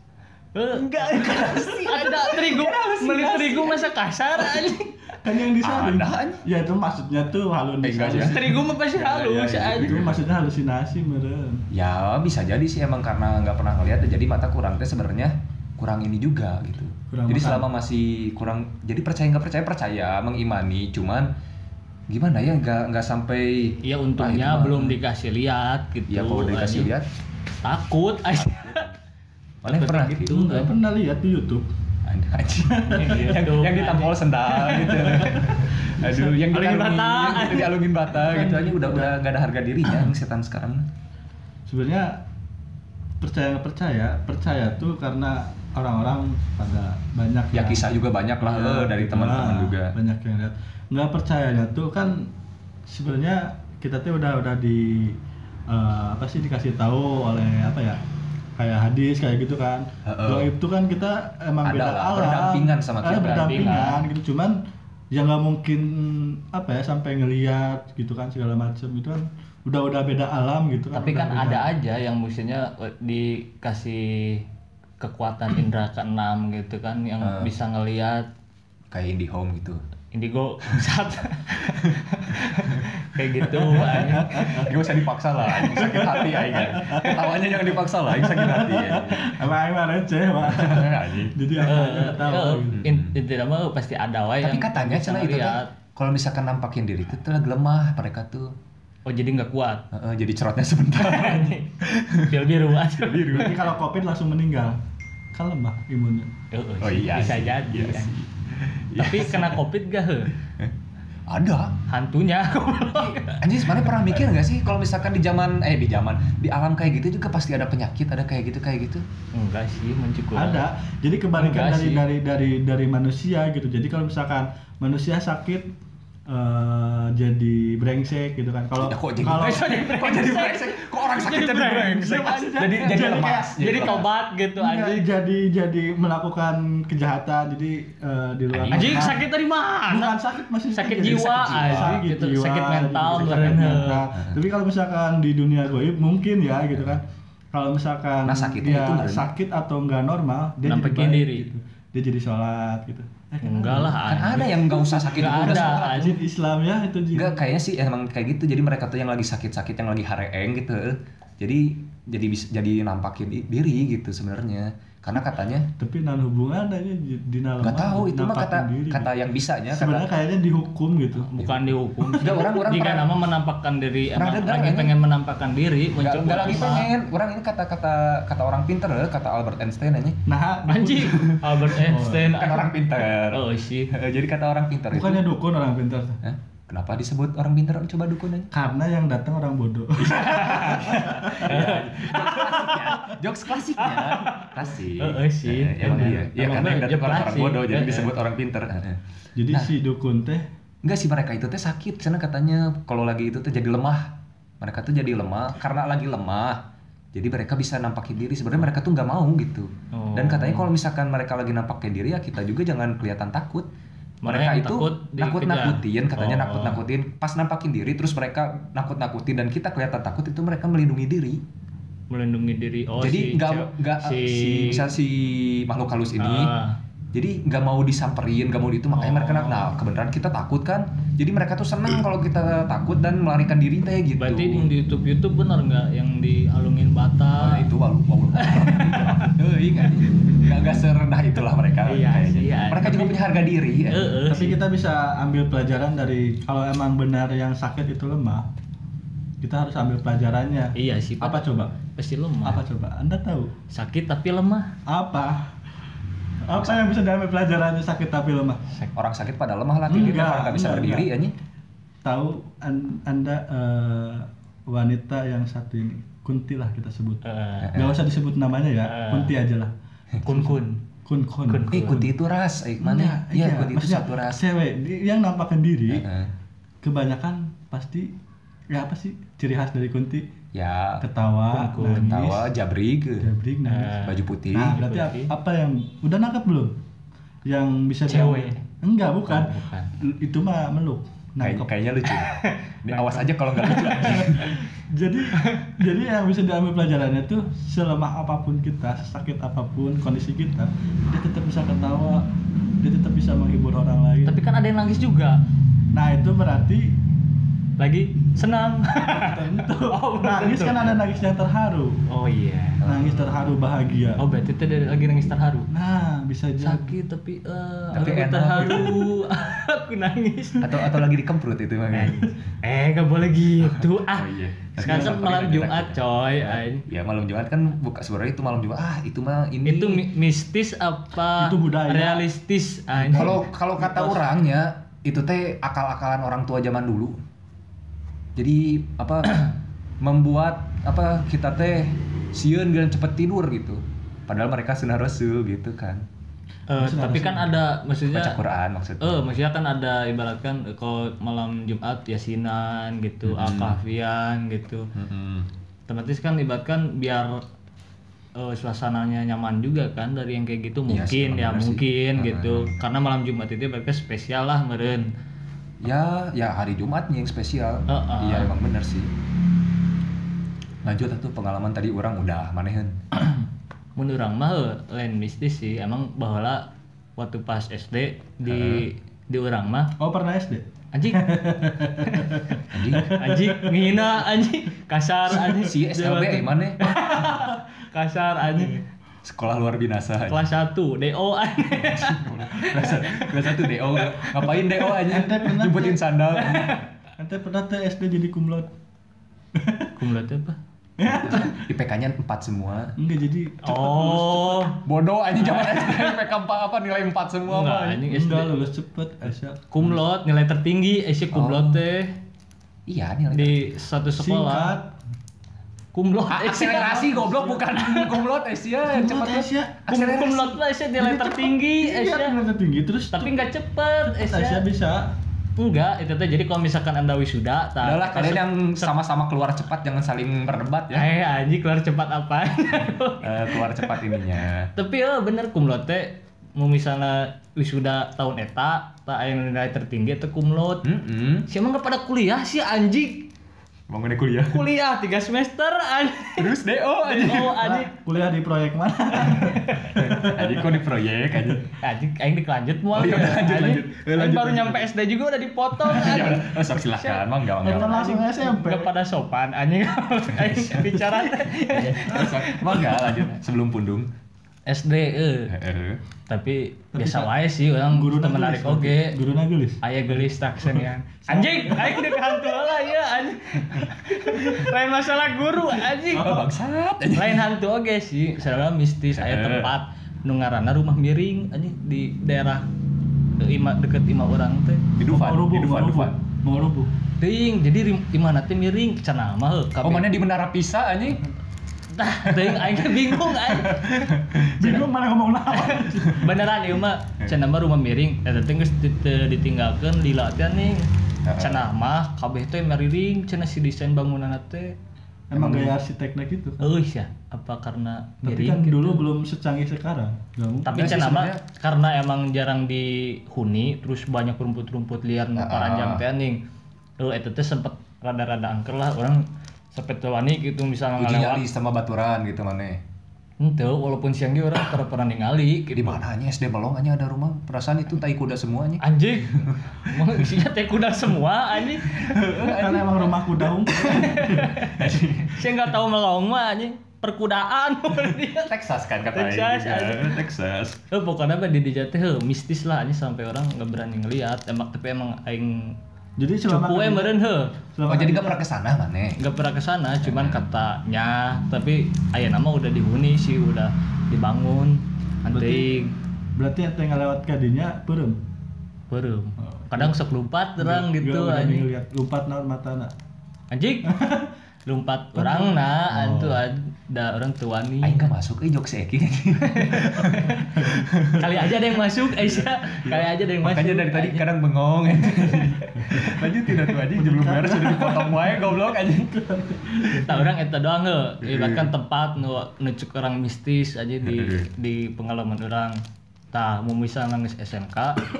[SPEAKER 1] Enggak, ada Eh. terigu, beli terigu masa kasar anjing.
[SPEAKER 3] Kan yang disaring.
[SPEAKER 2] Ada aja.
[SPEAKER 3] Ya itu maksudnya tuh halus
[SPEAKER 2] Ah, nah. Eh, enggak
[SPEAKER 3] disaring.
[SPEAKER 2] sih.
[SPEAKER 1] Terigu mah pasti halus
[SPEAKER 2] Iya, iya, iya.
[SPEAKER 1] anjing.
[SPEAKER 3] Itu maksudnya halusinasi meureun.
[SPEAKER 2] Ya bisa jadi sih emang karena nggak pernah ngeliat ya. jadi mata kurang teh sebenarnya kurang ini juga gitu.
[SPEAKER 3] Kurang
[SPEAKER 2] jadi
[SPEAKER 3] makan.
[SPEAKER 2] selama masih kurang jadi percaya nggak percaya percaya mengimani cuman gimana ya nggak nggak sampai
[SPEAKER 1] Ya
[SPEAKER 2] Ah,
[SPEAKER 1] untungnya
[SPEAKER 2] itu mah.
[SPEAKER 1] belum dikasih lihat gitu.
[SPEAKER 2] Iya kalau dikasih
[SPEAKER 1] anjing.
[SPEAKER 2] lihat,
[SPEAKER 1] Takut anjing.
[SPEAKER 2] mana yang
[SPEAKER 1] Tapi
[SPEAKER 2] pernah
[SPEAKER 1] gitu.
[SPEAKER 2] gitu? Iya,
[SPEAKER 3] Enggak pernah lihat di YouTube.
[SPEAKER 2] Ada aja.
[SPEAKER 1] Gitu,
[SPEAKER 2] yang, yang ditampol sendal gitu. Aduh,
[SPEAKER 1] Alungin
[SPEAKER 2] yang dialungin,
[SPEAKER 1] bata.
[SPEAKER 2] gitu, dialungin bata gitu Ah. aja udah udah nggak ada harga dirinya yang setan sekarang.
[SPEAKER 3] sebenarnya percaya nggak percaya percaya tuh karena orang-orang pada banyak
[SPEAKER 2] Ya kisah juga banyak lah
[SPEAKER 3] Ya,
[SPEAKER 2] eh, dari teman-teman
[SPEAKER 3] nah,
[SPEAKER 2] juga.
[SPEAKER 3] banyak yang lihat nggak percayanya tuh kan sebenarnya kita tuh udah udah di eh, apa sih dikasih tahu oleh apa ya kayak hadis kayak gitu kan
[SPEAKER 2] Heeh.
[SPEAKER 3] gaib tuh kan kita
[SPEAKER 2] Ada
[SPEAKER 3] emang beda
[SPEAKER 2] lah,
[SPEAKER 3] alam
[SPEAKER 2] berdampingan sama
[SPEAKER 3] Eh,
[SPEAKER 2] kita. iya.
[SPEAKER 3] berdampingan gitu cuman ya nggak mungkin apa ya sampai ngelihat gitu kan segala macam itu kan udah udah beda alam gitu kan.
[SPEAKER 1] Tapi
[SPEAKER 3] udah
[SPEAKER 1] kan
[SPEAKER 3] beda.
[SPEAKER 1] ada aja yang musuhnya eh, dikasih kekuatan indera keenam gitu kan yang
[SPEAKER 2] Ah.
[SPEAKER 1] bisa ngelihat
[SPEAKER 2] kayak indie home gitu
[SPEAKER 1] indigo saat kayak gitu Bang.
[SPEAKER 2] gak usah dipaksa lah anjing sakit hati aing ketawanya jangan dipaksa lah aing sakit hati
[SPEAKER 3] Emang emang receh pak.
[SPEAKER 2] ya. anjing
[SPEAKER 3] Jadi apa aja
[SPEAKER 1] Eh,
[SPEAKER 3] nggak tahu.
[SPEAKER 1] eh,
[SPEAKER 3] gitu.
[SPEAKER 1] in- Indra mah pasti ada wae
[SPEAKER 2] tapi
[SPEAKER 1] yang
[SPEAKER 2] katanya
[SPEAKER 1] bisa
[SPEAKER 2] cina itu
[SPEAKER 1] ngeliat.
[SPEAKER 2] kan kalau misalkan nampakin diri itu tuh lemah mereka tuh
[SPEAKER 1] oh jadi nggak kuat
[SPEAKER 2] Heeh, jadi cerotnya sebentar
[SPEAKER 1] pil biru aja
[SPEAKER 2] biru
[SPEAKER 3] Jadi kalau covid langsung meninggal, kan lemah imunnya.
[SPEAKER 1] oh,
[SPEAKER 2] Oh iya
[SPEAKER 1] bisa
[SPEAKER 2] sih,
[SPEAKER 1] jadi
[SPEAKER 2] iya
[SPEAKER 1] kan.
[SPEAKER 2] sih. Iya
[SPEAKER 1] tapi kena covid gak he?
[SPEAKER 2] ada
[SPEAKER 1] hantunya
[SPEAKER 2] anjing sebenarnya pernah mikir nggak sih kalau misalkan di zaman eh di zaman di alam kayak gitu juga pasti ada penyakit ada kayak gitu kayak gitu
[SPEAKER 1] enggak sih mencukupi
[SPEAKER 3] Ada. Jadi kebalikan
[SPEAKER 1] Enggak
[SPEAKER 3] dari,
[SPEAKER 1] sih.
[SPEAKER 3] dari dari dari manusia gitu. Jadi kalau misalkan manusia sakit eh, jadi brengsek gitu kan. Kalau
[SPEAKER 2] Ya, kok jadi
[SPEAKER 3] kalau
[SPEAKER 2] brengsek? kok jadi brengsek kok orang sakit jadi
[SPEAKER 1] ya?
[SPEAKER 2] brengsek jadi jadi
[SPEAKER 1] kayak-
[SPEAKER 2] lemas
[SPEAKER 1] jadi
[SPEAKER 2] lemas.
[SPEAKER 1] tobat gitu
[SPEAKER 3] Enggak,
[SPEAKER 1] anjing
[SPEAKER 3] jadi jadi melakukan kejahatan jadi eh, di luar
[SPEAKER 1] anjing
[SPEAKER 3] normal.
[SPEAKER 1] sakit dari
[SPEAKER 3] bukan
[SPEAKER 1] mana
[SPEAKER 3] sakit masih
[SPEAKER 1] sakit
[SPEAKER 3] jadi
[SPEAKER 1] jiwa
[SPEAKER 3] jiwa,
[SPEAKER 1] anjing gitu sakit mental
[SPEAKER 3] gitu, sakit
[SPEAKER 1] meren, he.
[SPEAKER 3] mental. tapi kalau misalkan di dunia goib mungkin ya gitu kan kalau misalkan
[SPEAKER 2] Nah, sakitnya
[SPEAKER 3] dia
[SPEAKER 2] itu meren.
[SPEAKER 3] sakit atau nggak normal dia jadi
[SPEAKER 1] Nampakin
[SPEAKER 3] baik,
[SPEAKER 1] diri.
[SPEAKER 3] gitu. dia jadi sholat gitu Eh, kan
[SPEAKER 1] enggak lah
[SPEAKER 2] kan ada
[SPEAKER 1] anjing.
[SPEAKER 2] yang nggak usah sakit
[SPEAKER 1] Nggak
[SPEAKER 2] juga udah
[SPEAKER 1] ada.
[SPEAKER 2] sholat.
[SPEAKER 3] Jin Islam ya itu jin
[SPEAKER 2] Enggak, kayaknya sih emang kayak gitu. Jadi mereka tuh yang lagi sakit-sakit, yang lagi hareeng gitu. Jadi jadi bisa jadi nampakin i- diri gitu sebenarnya. Karena katanya
[SPEAKER 3] tapi non hubungan adanya di dalam
[SPEAKER 2] nggak tahu itu mah kata kata yang bisanya
[SPEAKER 3] gitu. sebenarnya
[SPEAKER 2] kata
[SPEAKER 3] kayaknya dihukum gitu
[SPEAKER 1] bukan dihukum sih.
[SPEAKER 2] Enggak, orang- orang
[SPEAKER 1] jika
[SPEAKER 2] pernah-
[SPEAKER 1] nama menampakkan diri
[SPEAKER 2] Pernah
[SPEAKER 1] emang
[SPEAKER 2] dengar
[SPEAKER 1] lagi
[SPEAKER 2] nggak?
[SPEAKER 1] pengen menampakkan diri
[SPEAKER 2] nggak
[SPEAKER 1] mencukupi
[SPEAKER 2] nggak lagi pengen. Orang ini kata kata kata orang pinter, eh, kata Albert Einstein aja.
[SPEAKER 3] nah
[SPEAKER 1] anjing Albert Einstein
[SPEAKER 2] Kan orang pinter.
[SPEAKER 1] oh sih
[SPEAKER 2] iya. Eh, jadi kata orang pinter itu.
[SPEAKER 3] bukannya dukun orang pintar
[SPEAKER 2] Hah? Kenapa disebut orang pinter? Coba dukun aja.
[SPEAKER 3] karena yang datang orang bodoh
[SPEAKER 2] Jokes klasiknya. Klasik.
[SPEAKER 1] Eh, eh, sih.
[SPEAKER 2] Eh, Emang
[SPEAKER 1] Bener.
[SPEAKER 2] iya. Iya
[SPEAKER 1] Emang
[SPEAKER 2] karena yang
[SPEAKER 1] bener,
[SPEAKER 2] datang
[SPEAKER 1] dia
[SPEAKER 2] orang-orang
[SPEAKER 1] klasik.
[SPEAKER 2] bodoh jadi
[SPEAKER 1] Eh, eh.
[SPEAKER 2] disebut orang pinter. Eh, eh.
[SPEAKER 3] jadi si dukun teh
[SPEAKER 2] Enggak sih mereka itu teh sakit karena katanya kalau lagi itu teh jadi lemah. Mereka tuh jadi lemah karena lagi lemah. Jadi mereka bisa nampakin diri sebenarnya mereka tuh nggak mau gitu.
[SPEAKER 1] Oh.
[SPEAKER 2] Dan katanya kalau misalkan mereka lagi nampakin diri ya kita juga jangan kelihatan takut.
[SPEAKER 1] Mereka
[SPEAKER 2] Mereka itu
[SPEAKER 1] takut Oh.
[SPEAKER 2] nakut nakutin katanya
[SPEAKER 1] dikejar.
[SPEAKER 2] nakut nakutin pas nampakin diri terus mereka nakut nakutin dan kita kelihatan takut itu mereka melindungi diri.
[SPEAKER 1] melindungi diri oh
[SPEAKER 2] jadi
[SPEAKER 1] si
[SPEAKER 2] nggak
[SPEAKER 1] cewek-
[SPEAKER 2] nggak si, misal si makhluk halus ini
[SPEAKER 1] Ah.
[SPEAKER 2] jadi nggak mau disamperin nggak mau itu makanya mereka nak-
[SPEAKER 1] Oh.
[SPEAKER 2] nah kebenaran kita takut kan jadi mereka tuh senang kalau kita takut dan melarikan diri teh gitu
[SPEAKER 1] Berarti yang di YouTube YouTube benar nggak yang dialungin
[SPEAKER 2] Nah,
[SPEAKER 1] bata?
[SPEAKER 2] itu walau walau Heuing, anjing. nggak nggak serendah itulah mereka
[SPEAKER 1] Iya
[SPEAKER 2] kayaknya.
[SPEAKER 1] sih, iya.
[SPEAKER 2] mereka juga punya harga diri ya.
[SPEAKER 1] Heeh.
[SPEAKER 3] tapi kita bisa ambil pelajaran dari kalau emang benar yang sakit itu lemah kita harus ambil pelajarannya
[SPEAKER 1] Iya sih.
[SPEAKER 3] apa
[SPEAKER 1] Pak.
[SPEAKER 3] coba
[SPEAKER 1] Pasti lemah.
[SPEAKER 3] apa coba anda tahu
[SPEAKER 1] Sakit tapi lemah.
[SPEAKER 3] apa apa yang bisa diambil pelajarannya sakit tapi lemah
[SPEAKER 2] orang sakit pada lemah lah tidurnya
[SPEAKER 3] Enggak,
[SPEAKER 2] pada nggak bisa
[SPEAKER 3] enggak,
[SPEAKER 2] berdiri ya
[SPEAKER 3] tahu an- anda eh, wanita yang satu ini kunti lah kita sebut
[SPEAKER 1] Eh,
[SPEAKER 3] nggak usah disebut namanya ya
[SPEAKER 1] Eh.
[SPEAKER 3] kunti aja lah
[SPEAKER 1] kun kun.
[SPEAKER 3] kun kun
[SPEAKER 1] Kun.
[SPEAKER 2] eh kuti itu ras eh mana
[SPEAKER 3] iya,
[SPEAKER 2] ya kuti itu
[SPEAKER 3] maksudnya
[SPEAKER 2] satu ras Eh,
[SPEAKER 3] cewek di- yang nampakin diri
[SPEAKER 2] Heeh.
[SPEAKER 3] kebanyakan pasti ya apa sih ciri khas dari kunti
[SPEAKER 2] ya
[SPEAKER 1] Ah,
[SPEAKER 3] ketawa
[SPEAKER 1] Kungkung.
[SPEAKER 3] nangis
[SPEAKER 2] tawa jabrig eh.
[SPEAKER 3] jabrik nangis
[SPEAKER 1] Eh,
[SPEAKER 2] baju putih
[SPEAKER 3] nah berarti ap-
[SPEAKER 1] Kunti.
[SPEAKER 3] apa yang udah nangkep belum yang bisa
[SPEAKER 1] Cewek.
[SPEAKER 3] diambil? enggak bukan.
[SPEAKER 1] Oh, bukan.
[SPEAKER 3] L- itu mah meluk
[SPEAKER 2] Kayak-
[SPEAKER 3] nangkep
[SPEAKER 2] kayaknya lucu ini awas aja kalau nggak lucu
[SPEAKER 3] jadi jadi yang bisa diambil pelajarannya tuh selemah apapun kita sakit apapun kondisi kita dia tetap bisa ketawa dia tetap bisa menghibur orang lain
[SPEAKER 1] Tapi kan ada yang nangis juga.
[SPEAKER 3] nah itu berarti
[SPEAKER 1] Lagi senang.
[SPEAKER 3] tentu
[SPEAKER 1] Oh, belum
[SPEAKER 3] nangis
[SPEAKER 1] tentu.
[SPEAKER 3] kan ada nangis yang terharu
[SPEAKER 1] oh iya.
[SPEAKER 3] nangis terharu bahagia
[SPEAKER 1] Oh berarti itu dari lagi nangis terharu.
[SPEAKER 3] nah bisa jadi
[SPEAKER 1] Sakit tapi eh
[SPEAKER 2] Tapi
[SPEAKER 1] aku
[SPEAKER 2] enak.
[SPEAKER 1] terharu. aku nangis.
[SPEAKER 2] atau atau lagi dikemprut itu
[SPEAKER 3] Nah,
[SPEAKER 2] makanya
[SPEAKER 1] eh nggak boleh gitu ah.
[SPEAKER 2] Oh, iya.
[SPEAKER 1] Sekarang kan
[SPEAKER 2] Tapi
[SPEAKER 1] malam
[SPEAKER 2] ada
[SPEAKER 1] Jumat
[SPEAKER 2] takutnya.
[SPEAKER 1] coy. anjing.
[SPEAKER 3] iya.
[SPEAKER 2] ya malam jumat kan buka sebenarnya itu malam jumat ah itu mah ini
[SPEAKER 1] Itu mi- mistis apa
[SPEAKER 3] Itu budaya.
[SPEAKER 1] realistis Ah, anjing?
[SPEAKER 2] kalau kalau kata orangnya itu teh akal-akalan orang tua zaman dulu jadi apa membuat apa kita teh sieun dan cepet tidur gitu padahal mereka sunnah rasul gitu kan
[SPEAKER 1] Eh, tapi kan ada maksudnya
[SPEAKER 2] baca Quran maksudnya
[SPEAKER 1] eh maksudnya kan ada ibaratkan eh, kalau malam Jumat yasinan gitu,
[SPEAKER 2] Mm-mm.
[SPEAKER 1] al-kahfian gitu.
[SPEAKER 2] Mm-mm.
[SPEAKER 1] Otomatis kan ibaratkan biar eh, suasananya nyaman juga kan dari yang kayak gitu
[SPEAKER 2] Iya sih,
[SPEAKER 1] mungkin ya
[SPEAKER 2] benar sih.
[SPEAKER 1] mungkin
[SPEAKER 2] Mm-mm.
[SPEAKER 1] gitu. Karena malam Jumat itu ibaratnya spesial lah meren.
[SPEAKER 2] ya ya hari Jumatnya yang spesial
[SPEAKER 1] Heeh.
[SPEAKER 2] iya emang bener sih lanjut atau pengalaman tadi orang udah manehin
[SPEAKER 1] Menurut orang mah eh, lain mistis sih. Emang bahwa waktu pas SD di di orang mah
[SPEAKER 3] Oh pernah SD?
[SPEAKER 1] anjing
[SPEAKER 2] anjing
[SPEAKER 1] anjing ngina anjing kasar anjing
[SPEAKER 2] si SLB mana
[SPEAKER 1] kasar anjing
[SPEAKER 2] sekolah luar binasa
[SPEAKER 1] kelas 1 DO anjing
[SPEAKER 2] kelas kelas satu do ngapain do aja
[SPEAKER 3] Ente pernah
[SPEAKER 2] nyebutin
[SPEAKER 3] tuh.
[SPEAKER 2] sandal
[SPEAKER 3] Nanti pernah tuh SD jadi kumlot?
[SPEAKER 1] kumlat apa
[SPEAKER 2] IPK-nya 4 semua
[SPEAKER 3] Enggak jadi
[SPEAKER 1] oh
[SPEAKER 2] bodoh aja zaman SD IPK 4 apa nilai 4 semua apa
[SPEAKER 1] enggak anjing
[SPEAKER 3] Enggak
[SPEAKER 1] SD
[SPEAKER 3] lulus cepet Aisyah
[SPEAKER 1] kumlot nilai tertinggi eh si kumlot
[SPEAKER 2] Oh.
[SPEAKER 1] teh
[SPEAKER 2] iya nilai
[SPEAKER 1] di satu sekolah
[SPEAKER 3] Singkat
[SPEAKER 1] kumlot
[SPEAKER 2] A-
[SPEAKER 1] eh, sih.
[SPEAKER 2] Ah, akselerasi goblok bukan kumlot Asia yang
[SPEAKER 3] Kumlot
[SPEAKER 2] cepat
[SPEAKER 3] Aisyah
[SPEAKER 1] Kum- kumlot lah sih nilai tertinggi eh,
[SPEAKER 3] Iya
[SPEAKER 1] sih.
[SPEAKER 3] nilai tertinggi terus
[SPEAKER 1] tapi nggak cepet eh, sih.
[SPEAKER 3] Aisyah bisa
[SPEAKER 1] enggak itu teh jadi kalau misalkan anda wisuda tah
[SPEAKER 2] Udahlah kalian yang sama-sama keluar cepat jangan saling berdebat ya.
[SPEAKER 1] eh anjing keluar cepat apa
[SPEAKER 2] Eh, keluar cepat ininya.
[SPEAKER 1] tapi eh, bener kumlot teh mau misalnya wisuda tahun eta tak ada nilai tertinggi itu kumlot
[SPEAKER 2] Mm-mm.
[SPEAKER 1] siapa nggak pada kuliah sih anjing
[SPEAKER 2] Bangunnya kuliah.
[SPEAKER 1] kuliah tiga semester anjing
[SPEAKER 2] Terus DO aja.
[SPEAKER 1] oh anjing
[SPEAKER 3] Nah, Kuliah di proyek mana?
[SPEAKER 2] Aja kok di proyek aja.
[SPEAKER 1] Ah, anjing aing dikelanjut mual
[SPEAKER 2] Oh, iya, udah, lanjut,
[SPEAKER 1] Anjing,
[SPEAKER 2] lanjut. Eh,
[SPEAKER 1] aing
[SPEAKER 2] lanjut,
[SPEAKER 1] baru
[SPEAKER 2] lanjut.
[SPEAKER 1] nyampe SD juga udah dipotong
[SPEAKER 2] Ya
[SPEAKER 1] anjing
[SPEAKER 2] udah, oh, sok silahkan. Emang enggak,
[SPEAKER 3] Bukan
[SPEAKER 2] enggak.
[SPEAKER 3] langsung SMP
[SPEAKER 1] Gak pada sopan anjing aing bicara teh.
[SPEAKER 2] Iya. Emang enggak lanjut. Sebelum pundung.
[SPEAKER 1] SD eh.
[SPEAKER 2] Heeh.
[SPEAKER 1] tapi
[SPEAKER 3] Tapi
[SPEAKER 1] biasa
[SPEAKER 3] kan-
[SPEAKER 1] wae sih orang
[SPEAKER 3] Guru
[SPEAKER 1] temen
[SPEAKER 3] nagulis,
[SPEAKER 1] narik oge
[SPEAKER 3] Guru nagulis
[SPEAKER 1] aya gelis taksen ya anjing aing dek hantu lah ya anjing lain masalah guru anjing
[SPEAKER 2] Oh, bangsat. aja.
[SPEAKER 1] lain hantu oge sih misalnya mistis aya
[SPEAKER 2] Eh.
[SPEAKER 1] tempat nu ngaranna rumah miring anjing di daerah de- ima, deket imah orang teh
[SPEAKER 2] Di Dufan,
[SPEAKER 3] Mau rubuh
[SPEAKER 2] di
[SPEAKER 3] Mau
[SPEAKER 2] Dufan,
[SPEAKER 3] rubuh
[SPEAKER 2] Dufan.
[SPEAKER 3] Mau rubuh
[SPEAKER 1] Ting, jadi rim- imah nanti miring cenah mah heuh, kabeh.
[SPEAKER 2] Oh, mana di Menara Pisa anjing?
[SPEAKER 1] Tah, teuing aing teh bingung aing.
[SPEAKER 3] Bingung mana ngomong naon
[SPEAKER 1] Beneran ieu
[SPEAKER 2] Eh.
[SPEAKER 1] mah cenah mah rumah miring, eta teh geus di- teu ditinggalkeun di latihan nih.
[SPEAKER 2] Heeh.
[SPEAKER 1] Cenah mah kabeh teh miring, cenah si desain bangunan teh.
[SPEAKER 3] Emang gaya arsiteknya gitu kan?
[SPEAKER 1] Euy ya, apa karena
[SPEAKER 3] Tapi
[SPEAKER 1] miring?
[SPEAKER 3] kan
[SPEAKER 1] gitu?
[SPEAKER 3] dulu belum secanggih sekarang Gak mungkin.
[SPEAKER 1] Tapi
[SPEAKER 2] Enggak sih,
[SPEAKER 1] cenah mah
[SPEAKER 2] sebenarnya.
[SPEAKER 1] karena emang jarang dihuni, terus banyak rumput-rumput liar nu
[SPEAKER 2] Heeh.
[SPEAKER 1] paranjang teh ning. Euy eta teh sempet rada-rada angker lah orang sepet wani gitu misalnya
[SPEAKER 2] Uji
[SPEAKER 1] ngalewat
[SPEAKER 2] nyali sama baturan gitu mana.
[SPEAKER 1] Ente, walaupun siang ge orang pernah pernah ningali
[SPEAKER 2] Di mana anjing SD Melong anjing ada rumah. Perasaan itu tai kuda semuanya.
[SPEAKER 1] Anjing. Mau isinya teh kuda semua anjing.
[SPEAKER 3] Karena emang rumah kuda unggul
[SPEAKER 1] Saya nggak tahu melong mah anjing. Perkudaan dia.
[SPEAKER 2] Texas kan kata Aing
[SPEAKER 1] Texas,
[SPEAKER 2] juga.
[SPEAKER 1] anjing.
[SPEAKER 2] Texas.
[SPEAKER 1] Eh pokoknya mah di dijat teh heuh, mistis lah anjing sampai orang nggak berani ngelihat. Emang tapi emang aing
[SPEAKER 3] Jadi selama
[SPEAKER 1] cukup we
[SPEAKER 3] kalian-
[SPEAKER 1] meureun heuh.
[SPEAKER 2] Oh,
[SPEAKER 3] selama
[SPEAKER 2] jadi gak pernah kesana mana?
[SPEAKER 1] Nggak pernah ke sana, cuman katanya tapi aya nama udah dihuni sih, udah dibangun. Anting.
[SPEAKER 3] Berarti yang tengah lewat kadinya perem.
[SPEAKER 1] Beureum.
[SPEAKER 2] Oh.
[SPEAKER 1] Kadang sok lumpat orang gitu anjing.
[SPEAKER 3] anjing. Lihat lompat naon matana.
[SPEAKER 1] Anjing. Lompat orang nah, antu ada orang tuani.
[SPEAKER 2] Oh. Aing gak masuk, eh jok si Eki
[SPEAKER 1] kali aja ada yang masuk Aisyah kali aja ada yang masuk
[SPEAKER 2] Makanya dari tadi kadang bengong Lanjut tidak tuh aja, belum beres sudah dipotong wae goblok aja
[SPEAKER 1] tak orang eta doang he ibaratkan tempat nu nu cuk orang mistis aja di di pengalaman orang tah mau misal nangis SMK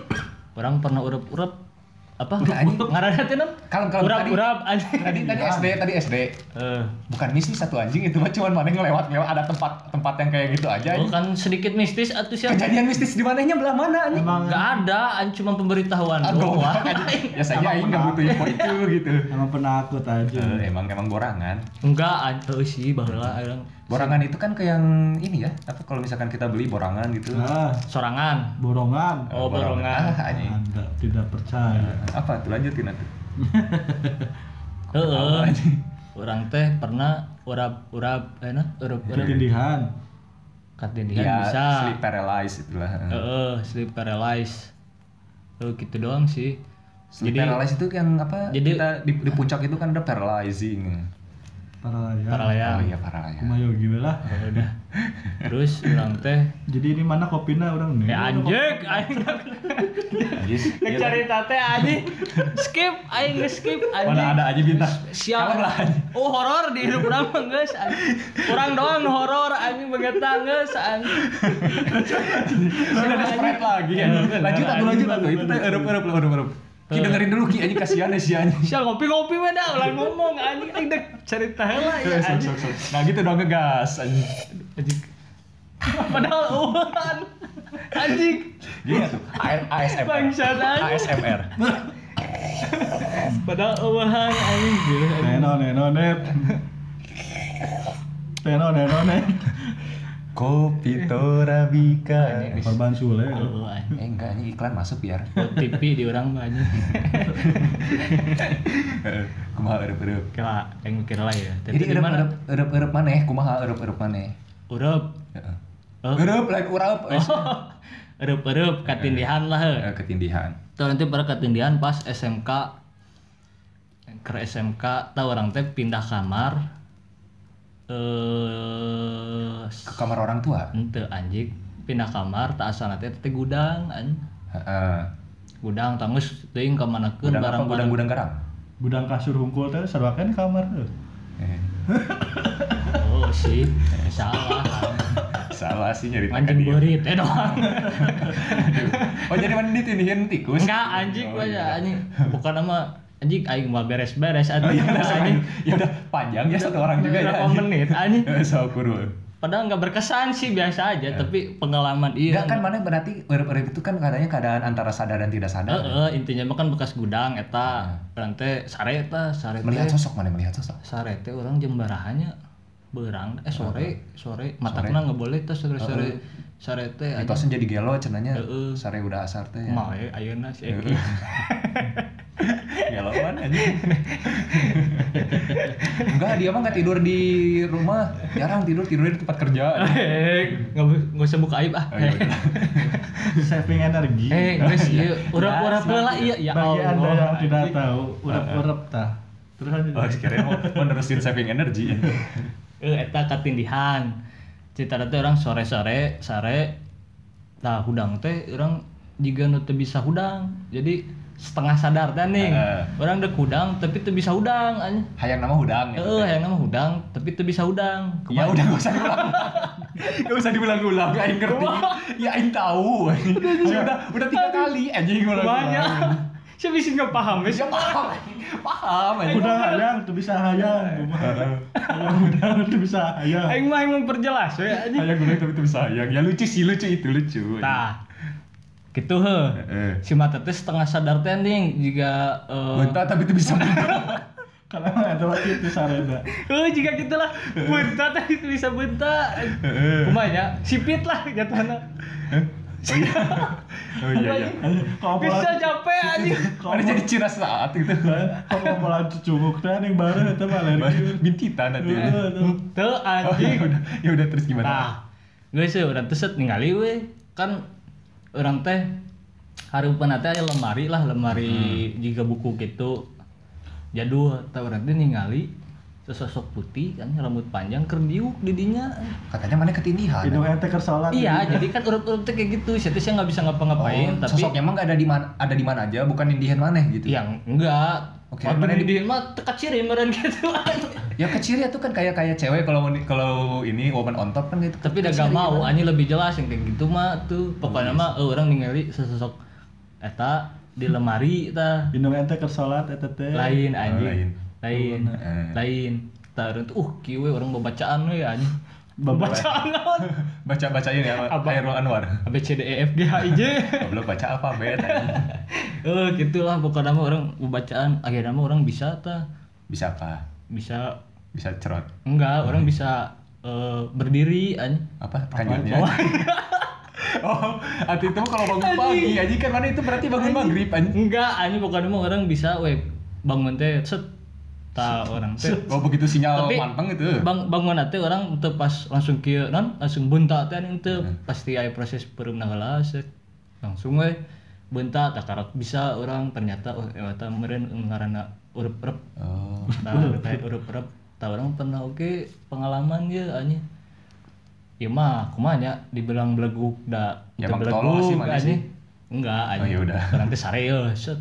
[SPEAKER 1] orang pernah urep-urep apa
[SPEAKER 2] Udah, anjing.
[SPEAKER 1] ngaranna teh nam
[SPEAKER 2] Kalem, kalem,
[SPEAKER 1] urap-urap anjing
[SPEAKER 2] Tadi tadi SD, tadi SD
[SPEAKER 1] eh
[SPEAKER 2] Bukan misi satu anjing itu mah cuman mana ngelewat ngelewat ada tempat tempat yang kayak gitu aja.
[SPEAKER 1] oh, kan sedikit mistis atuh sih
[SPEAKER 2] Kejadian mistis di mananya belah mana anjing?
[SPEAKER 3] Emang
[SPEAKER 1] nggak ada an- cuma pemberitahuan
[SPEAKER 2] Ah,
[SPEAKER 1] doang
[SPEAKER 2] goblok aja. Biasanya aing enggak butuh info itu gitu.
[SPEAKER 3] emang penakut
[SPEAKER 2] Eh,
[SPEAKER 3] aja.
[SPEAKER 2] emang emang borangan.
[SPEAKER 1] enggak anjing sih baheula orang
[SPEAKER 2] Borangan itu kan kayak yang ini ya. Apa kalau misalkan kita beli borangan gitu.
[SPEAKER 3] Ah,
[SPEAKER 1] sorangan
[SPEAKER 3] borongan.
[SPEAKER 1] Oh, borongan.
[SPEAKER 2] Ah, anjing.
[SPEAKER 3] Anda tidak percaya.
[SPEAKER 2] Apa tuh lanjutin atuh. Oh.
[SPEAKER 1] Heeh. Eh, Orang teh pernah eh, nah, urap-urap enak urap-urap
[SPEAKER 2] Iya,
[SPEAKER 3] Ketindihan.
[SPEAKER 1] katindihan
[SPEAKER 2] Ya,
[SPEAKER 1] Iya, kan bisa.
[SPEAKER 2] sleep paralyzed itulah.
[SPEAKER 1] Heeh, sleep paralysis. Tuh gitu doang sih.
[SPEAKER 2] Sleep
[SPEAKER 1] Jadi-
[SPEAKER 2] paralyzed itu yang apa?
[SPEAKER 1] jadi-
[SPEAKER 2] kita di, di puncak itu kan ada paralyzing.
[SPEAKER 3] Para layar.
[SPEAKER 2] Oh
[SPEAKER 1] Paralayang.
[SPEAKER 2] iya paralyzing.
[SPEAKER 3] Kumayo gila.
[SPEAKER 1] Eh, Udah. Terus orang teh
[SPEAKER 3] Jadi ini mana kopinya orang nih?
[SPEAKER 1] Eh anjek, aing
[SPEAKER 2] Anjis. iya,
[SPEAKER 1] cari teh anjing. Skip, aing nge-skip anjing.
[SPEAKER 2] Mana ada aja bintang.
[SPEAKER 1] Siap.
[SPEAKER 2] Kalem lah anjing.
[SPEAKER 1] Oh horor di hidup orang mah geus anjing. Urang doang nu horor anjing begetang geus anjing. Iya,
[SPEAKER 2] Udah ada spread lagi. anjing. Lanjut atuh lanjut atuh. Itu teh erup erup erup erup. Ki dengerin dulu Ki aja kasihan ya si anjing.
[SPEAKER 1] Sial ngopi-ngopi we dah ulah ngomong anjing aing dek cerita heula ya
[SPEAKER 2] Sok,
[SPEAKER 1] anjing.
[SPEAKER 2] sok, sok. Nah gitu dong ngegas anjing.
[SPEAKER 1] Anjing. Padahal ulan. Anjing.
[SPEAKER 2] Gini tuh A- ASMR.
[SPEAKER 1] Bangsat anjing.
[SPEAKER 2] ASMR.
[SPEAKER 1] Padahal ulan anjing. Gila, anjing.
[SPEAKER 3] Neno neno nep. Neno neno nep.
[SPEAKER 2] Kopi Torabika.
[SPEAKER 1] Anjing.
[SPEAKER 3] Korban Sule.
[SPEAKER 1] Ulan.
[SPEAKER 2] Eh enggak ini iklan masuk biar.
[SPEAKER 1] OTP di orang mah anjing.
[SPEAKER 2] Kumaha eueup-eueup.
[SPEAKER 1] Kira aing kira lah ya. Tapi
[SPEAKER 2] Jadi
[SPEAKER 1] di mana?
[SPEAKER 2] eueup-eueup eueup-eueup maneh ya? kumaha eueup-eueup maneh.
[SPEAKER 1] Urep.
[SPEAKER 2] Heeh.
[SPEAKER 1] Oh. iya.
[SPEAKER 2] Eueup ya? lain urap.
[SPEAKER 1] Urep-urep katindihan lah he.
[SPEAKER 2] Eh, Ketindihan.
[SPEAKER 1] Tuh nanti pada ketindihan pas SMK ke SMK tahu orang teh pindah kamar eh
[SPEAKER 2] Ke kamar orang tua.
[SPEAKER 1] ente anjing pindah kamar tak asal nanti teh gudang an
[SPEAKER 2] Heeh.
[SPEAKER 1] gudang tangis teuing ka manakeun
[SPEAKER 2] Gudang apa?
[SPEAKER 1] barang-barang
[SPEAKER 2] Gudang-gudang garam.
[SPEAKER 3] Gudang kasur hungkul teh sarwakan di kamar tuh.
[SPEAKER 2] Eh,
[SPEAKER 1] oh sih salah
[SPEAKER 2] Salah sih nyari
[SPEAKER 1] anjing burit eh doang
[SPEAKER 2] Oh jadi mana ditindihin tikus?
[SPEAKER 1] enggak anjing
[SPEAKER 2] Oh,
[SPEAKER 1] gua
[SPEAKER 2] iya.
[SPEAKER 1] ya anjing bukan nama anjing aing mah beres-beres anjing
[SPEAKER 2] Ya udah
[SPEAKER 1] anjing
[SPEAKER 2] ya udah panjang ya satu orang juga ya.
[SPEAKER 1] berapa
[SPEAKER 2] anjing.
[SPEAKER 1] menit anjing
[SPEAKER 2] Eh, Sawa kurul.
[SPEAKER 1] Padahal nggak berkesan sih biasa aja, tapi pengalaman iya.
[SPEAKER 2] Enggak kan mana berarti urip-urip itu kan katanya keadaan antara sadar dan tidak
[SPEAKER 1] Eh,
[SPEAKER 2] sadar.
[SPEAKER 1] eh, intinya mah kan bekas gudang eta urang teh sare eta sare
[SPEAKER 2] Melihat
[SPEAKER 1] teh
[SPEAKER 2] sosok mana melihat sosok.
[SPEAKER 1] sare teh urang jembarahannya berang eh sore sore matakna ngeboleh teh sore sore sare teh aja
[SPEAKER 2] Itosan jadi gelo cenanya
[SPEAKER 1] Heeh.
[SPEAKER 2] sare udah asar teh. ya.
[SPEAKER 1] mau ya ayeuna si Eki
[SPEAKER 2] Gelo man anjing. Enggak dia mah enggak tidur di rumah, jarang tidur tidur di tempat kerja.
[SPEAKER 1] Eh, nggak bu- nggak usah buka aib ah
[SPEAKER 2] Oh, iya, bener.
[SPEAKER 3] Saving energi.
[SPEAKER 1] eh guys iya urap-urap
[SPEAKER 3] Ya,
[SPEAKER 1] heula iya ya
[SPEAKER 3] Bagi Anda
[SPEAKER 1] Allah
[SPEAKER 3] yang tidak tahu, urap-urap tah. Terus lanjut.
[SPEAKER 2] Oh, kirain mau menerusin saving energi.
[SPEAKER 1] Eh, eta katindihan. Cita teh orang sore-sore sare tah hudang teh orang jika nu teu bisa hudang. Jadi setengah sadar teh nih.
[SPEAKER 2] Heeh.
[SPEAKER 1] Orang dek hudang tapi teu bisa hudang anjing.
[SPEAKER 2] Hayang nama hudang gitu.
[SPEAKER 1] Heeh, yang nama hudang tapi teu bisa hudang.
[SPEAKER 2] Ya udah gak usah diulang. gak usah diulang-ulang, aing ngerti. Ya aing tahu. Ya udah udah tiga kali anjing ulang.
[SPEAKER 1] Banyak. Saya bisa nggak paham
[SPEAKER 2] Ya
[SPEAKER 1] ya.
[SPEAKER 2] paham. Paham anjing.
[SPEAKER 3] Udah hayang tuh bisa hayang. Udah tuh bisa hayang.
[SPEAKER 1] Aing mah aing memperjelas we anjing.
[SPEAKER 2] Ayah gue tapi tuh sayang. Ya lucu sih lucu itu lucu.
[SPEAKER 1] Tah. Gitu heuh.
[SPEAKER 2] Heeh.
[SPEAKER 1] Si mata teh setengah sadar teh nih jika eh,
[SPEAKER 2] Bentar tapi tuh bisa.
[SPEAKER 3] Karena ada waktu itu sareda.
[SPEAKER 1] Eh jika kita lah bentar tadi itu bisa bentar.
[SPEAKER 2] Heeh.
[SPEAKER 1] Kumanya sipit lah jatuhnya.
[SPEAKER 2] Eh. Oh iya. Oh iya iya.
[SPEAKER 3] Kalau
[SPEAKER 1] Bisa
[SPEAKER 3] pola
[SPEAKER 1] capek anjing.
[SPEAKER 2] Mana jadi cira saat gitu.
[SPEAKER 3] Nah, kalau pola cucuk teh yang Nah, baru itu mah alergi.
[SPEAKER 2] Bintitan nanti.
[SPEAKER 3] Heeh, tuh.
[SPEAKER 1] Tuh
[SPEAKER 2] Oh, ya
[SPEAKER 1] anjing.
[SPEAKER 2] udah ya udah terus gimana?
[SPEAKER 1] Nah, gue sih orang teset ningali we kan orang teh hareupeuna teh aya lemari lah,
[SPEAKER 2] Hmm.
[SPEAKER 1] lemari jika buku gitu. Jadul tah orang teh ningali sesosok putih kan rambut panjang keur diuk di dinya.
[SPEAKER 2] Katanya mana ketindihan.
[SPEAKER 3] Hidung ente kersolat.
[SPEAKER 1] Iya, jadi kan urut-urut teh kayak gitu. Saya saya nggak bisa ngapa-ngapain,
[SPEAKER 2] Oh,
[SPEAKER 1] tapi
[SPEAKER 2] sosoknya mah nggak ada di mana ada di mana aja, bukan indihan mana gitu.
[SPEAKER 1] yang enggak
[SPEAKER 2] Oke,
[SPEAKER 1] waktu
[SPEAKER 2] mana
[SPEAKER 1] di didihin mah teka ciri meren gitu
[SPEAKER 2] Ya kecil ya tuh kan kayak kayak cewek kalau kalau ini woman on top kan gitu.
[SPEAKER 1] tapi udah gak mau ani lebih jelas yang kayak gitu mah tuh pokoknya mah eh, orang ningali sesosok eta di lemari eta
[SPEAKER 3] Hidung ente kersolat eta teh.
[SPEAKER 1] lain anjing
[SPEAKER 2] Oh, lain.
[SPEAKER 1] lain
[SPEAKER 2] Eh.
[SPEAKER 1] lain Tah orang tuh uh kiwe orang bacaan we anjing
[SPEAKER 3] Bapak
[SPEAKER 1] bacaan naon
[SPEAKER 2] Baca bacain ya
[SPEAKER 1] Apa?
[SPEAKER 2] Khairul Anwar.
[SPEAKER 1] A B C D E F G H I J
[SPEAKER 2] Belum baca apa bet.
[SPEAKER 1] eh gitulah pokoknya mah orang bacaan akhirnya mah orang bisa ta
[SPEAKER 2] Bisa apa?
[SPEAKER 1] bisa
[SPEAKER 2] Bisa cerot.
[SPEAKER 1] enggak orang bisa eh, berdiri anjing
[SPEAKER 2] Apa? Kanyutnya. Oh, arti itu kalau bangun pagi aja kan mana itu berarti bangun maghrib anjing.
[SPEAKER 1] Enggak, anjing pokoknya mah orang bisa we bangun teh set ta orang teh.
[SPEAKER 2] Oh begitu sinyal
[SPEAKER 1] Tapi-
[SPEAKER 2] manteng itu.
[SPEAKER 1] Bang bangun teh orang teu pas langsung kieu non langsung bunta teh anjing teu pasti aya proses pereumna heula set. Langsung we bunta tak karak bisa orang ternyata oh eta meureun ngaranna urep-urep.
[SPEAKER 2] Oh.
[SPEAKER 1] Tah urep-urep tah orang pernah oge pengalaman ye anjing. Ieu mah kumaha nya dibilang beleguk da
[SPEAKER 2] Ya,
[SPEAKER 1] teu
[SPEAKER 2] Bang, tolong sih, mana sih?
[SPEAKER 1] Enggak,
[SPEAKER 2] Oh,
[SPEAKER 1] anjing.
[SPEAKER 2] ya udah.
[SPEAKER 1] Orang teh sareul, set.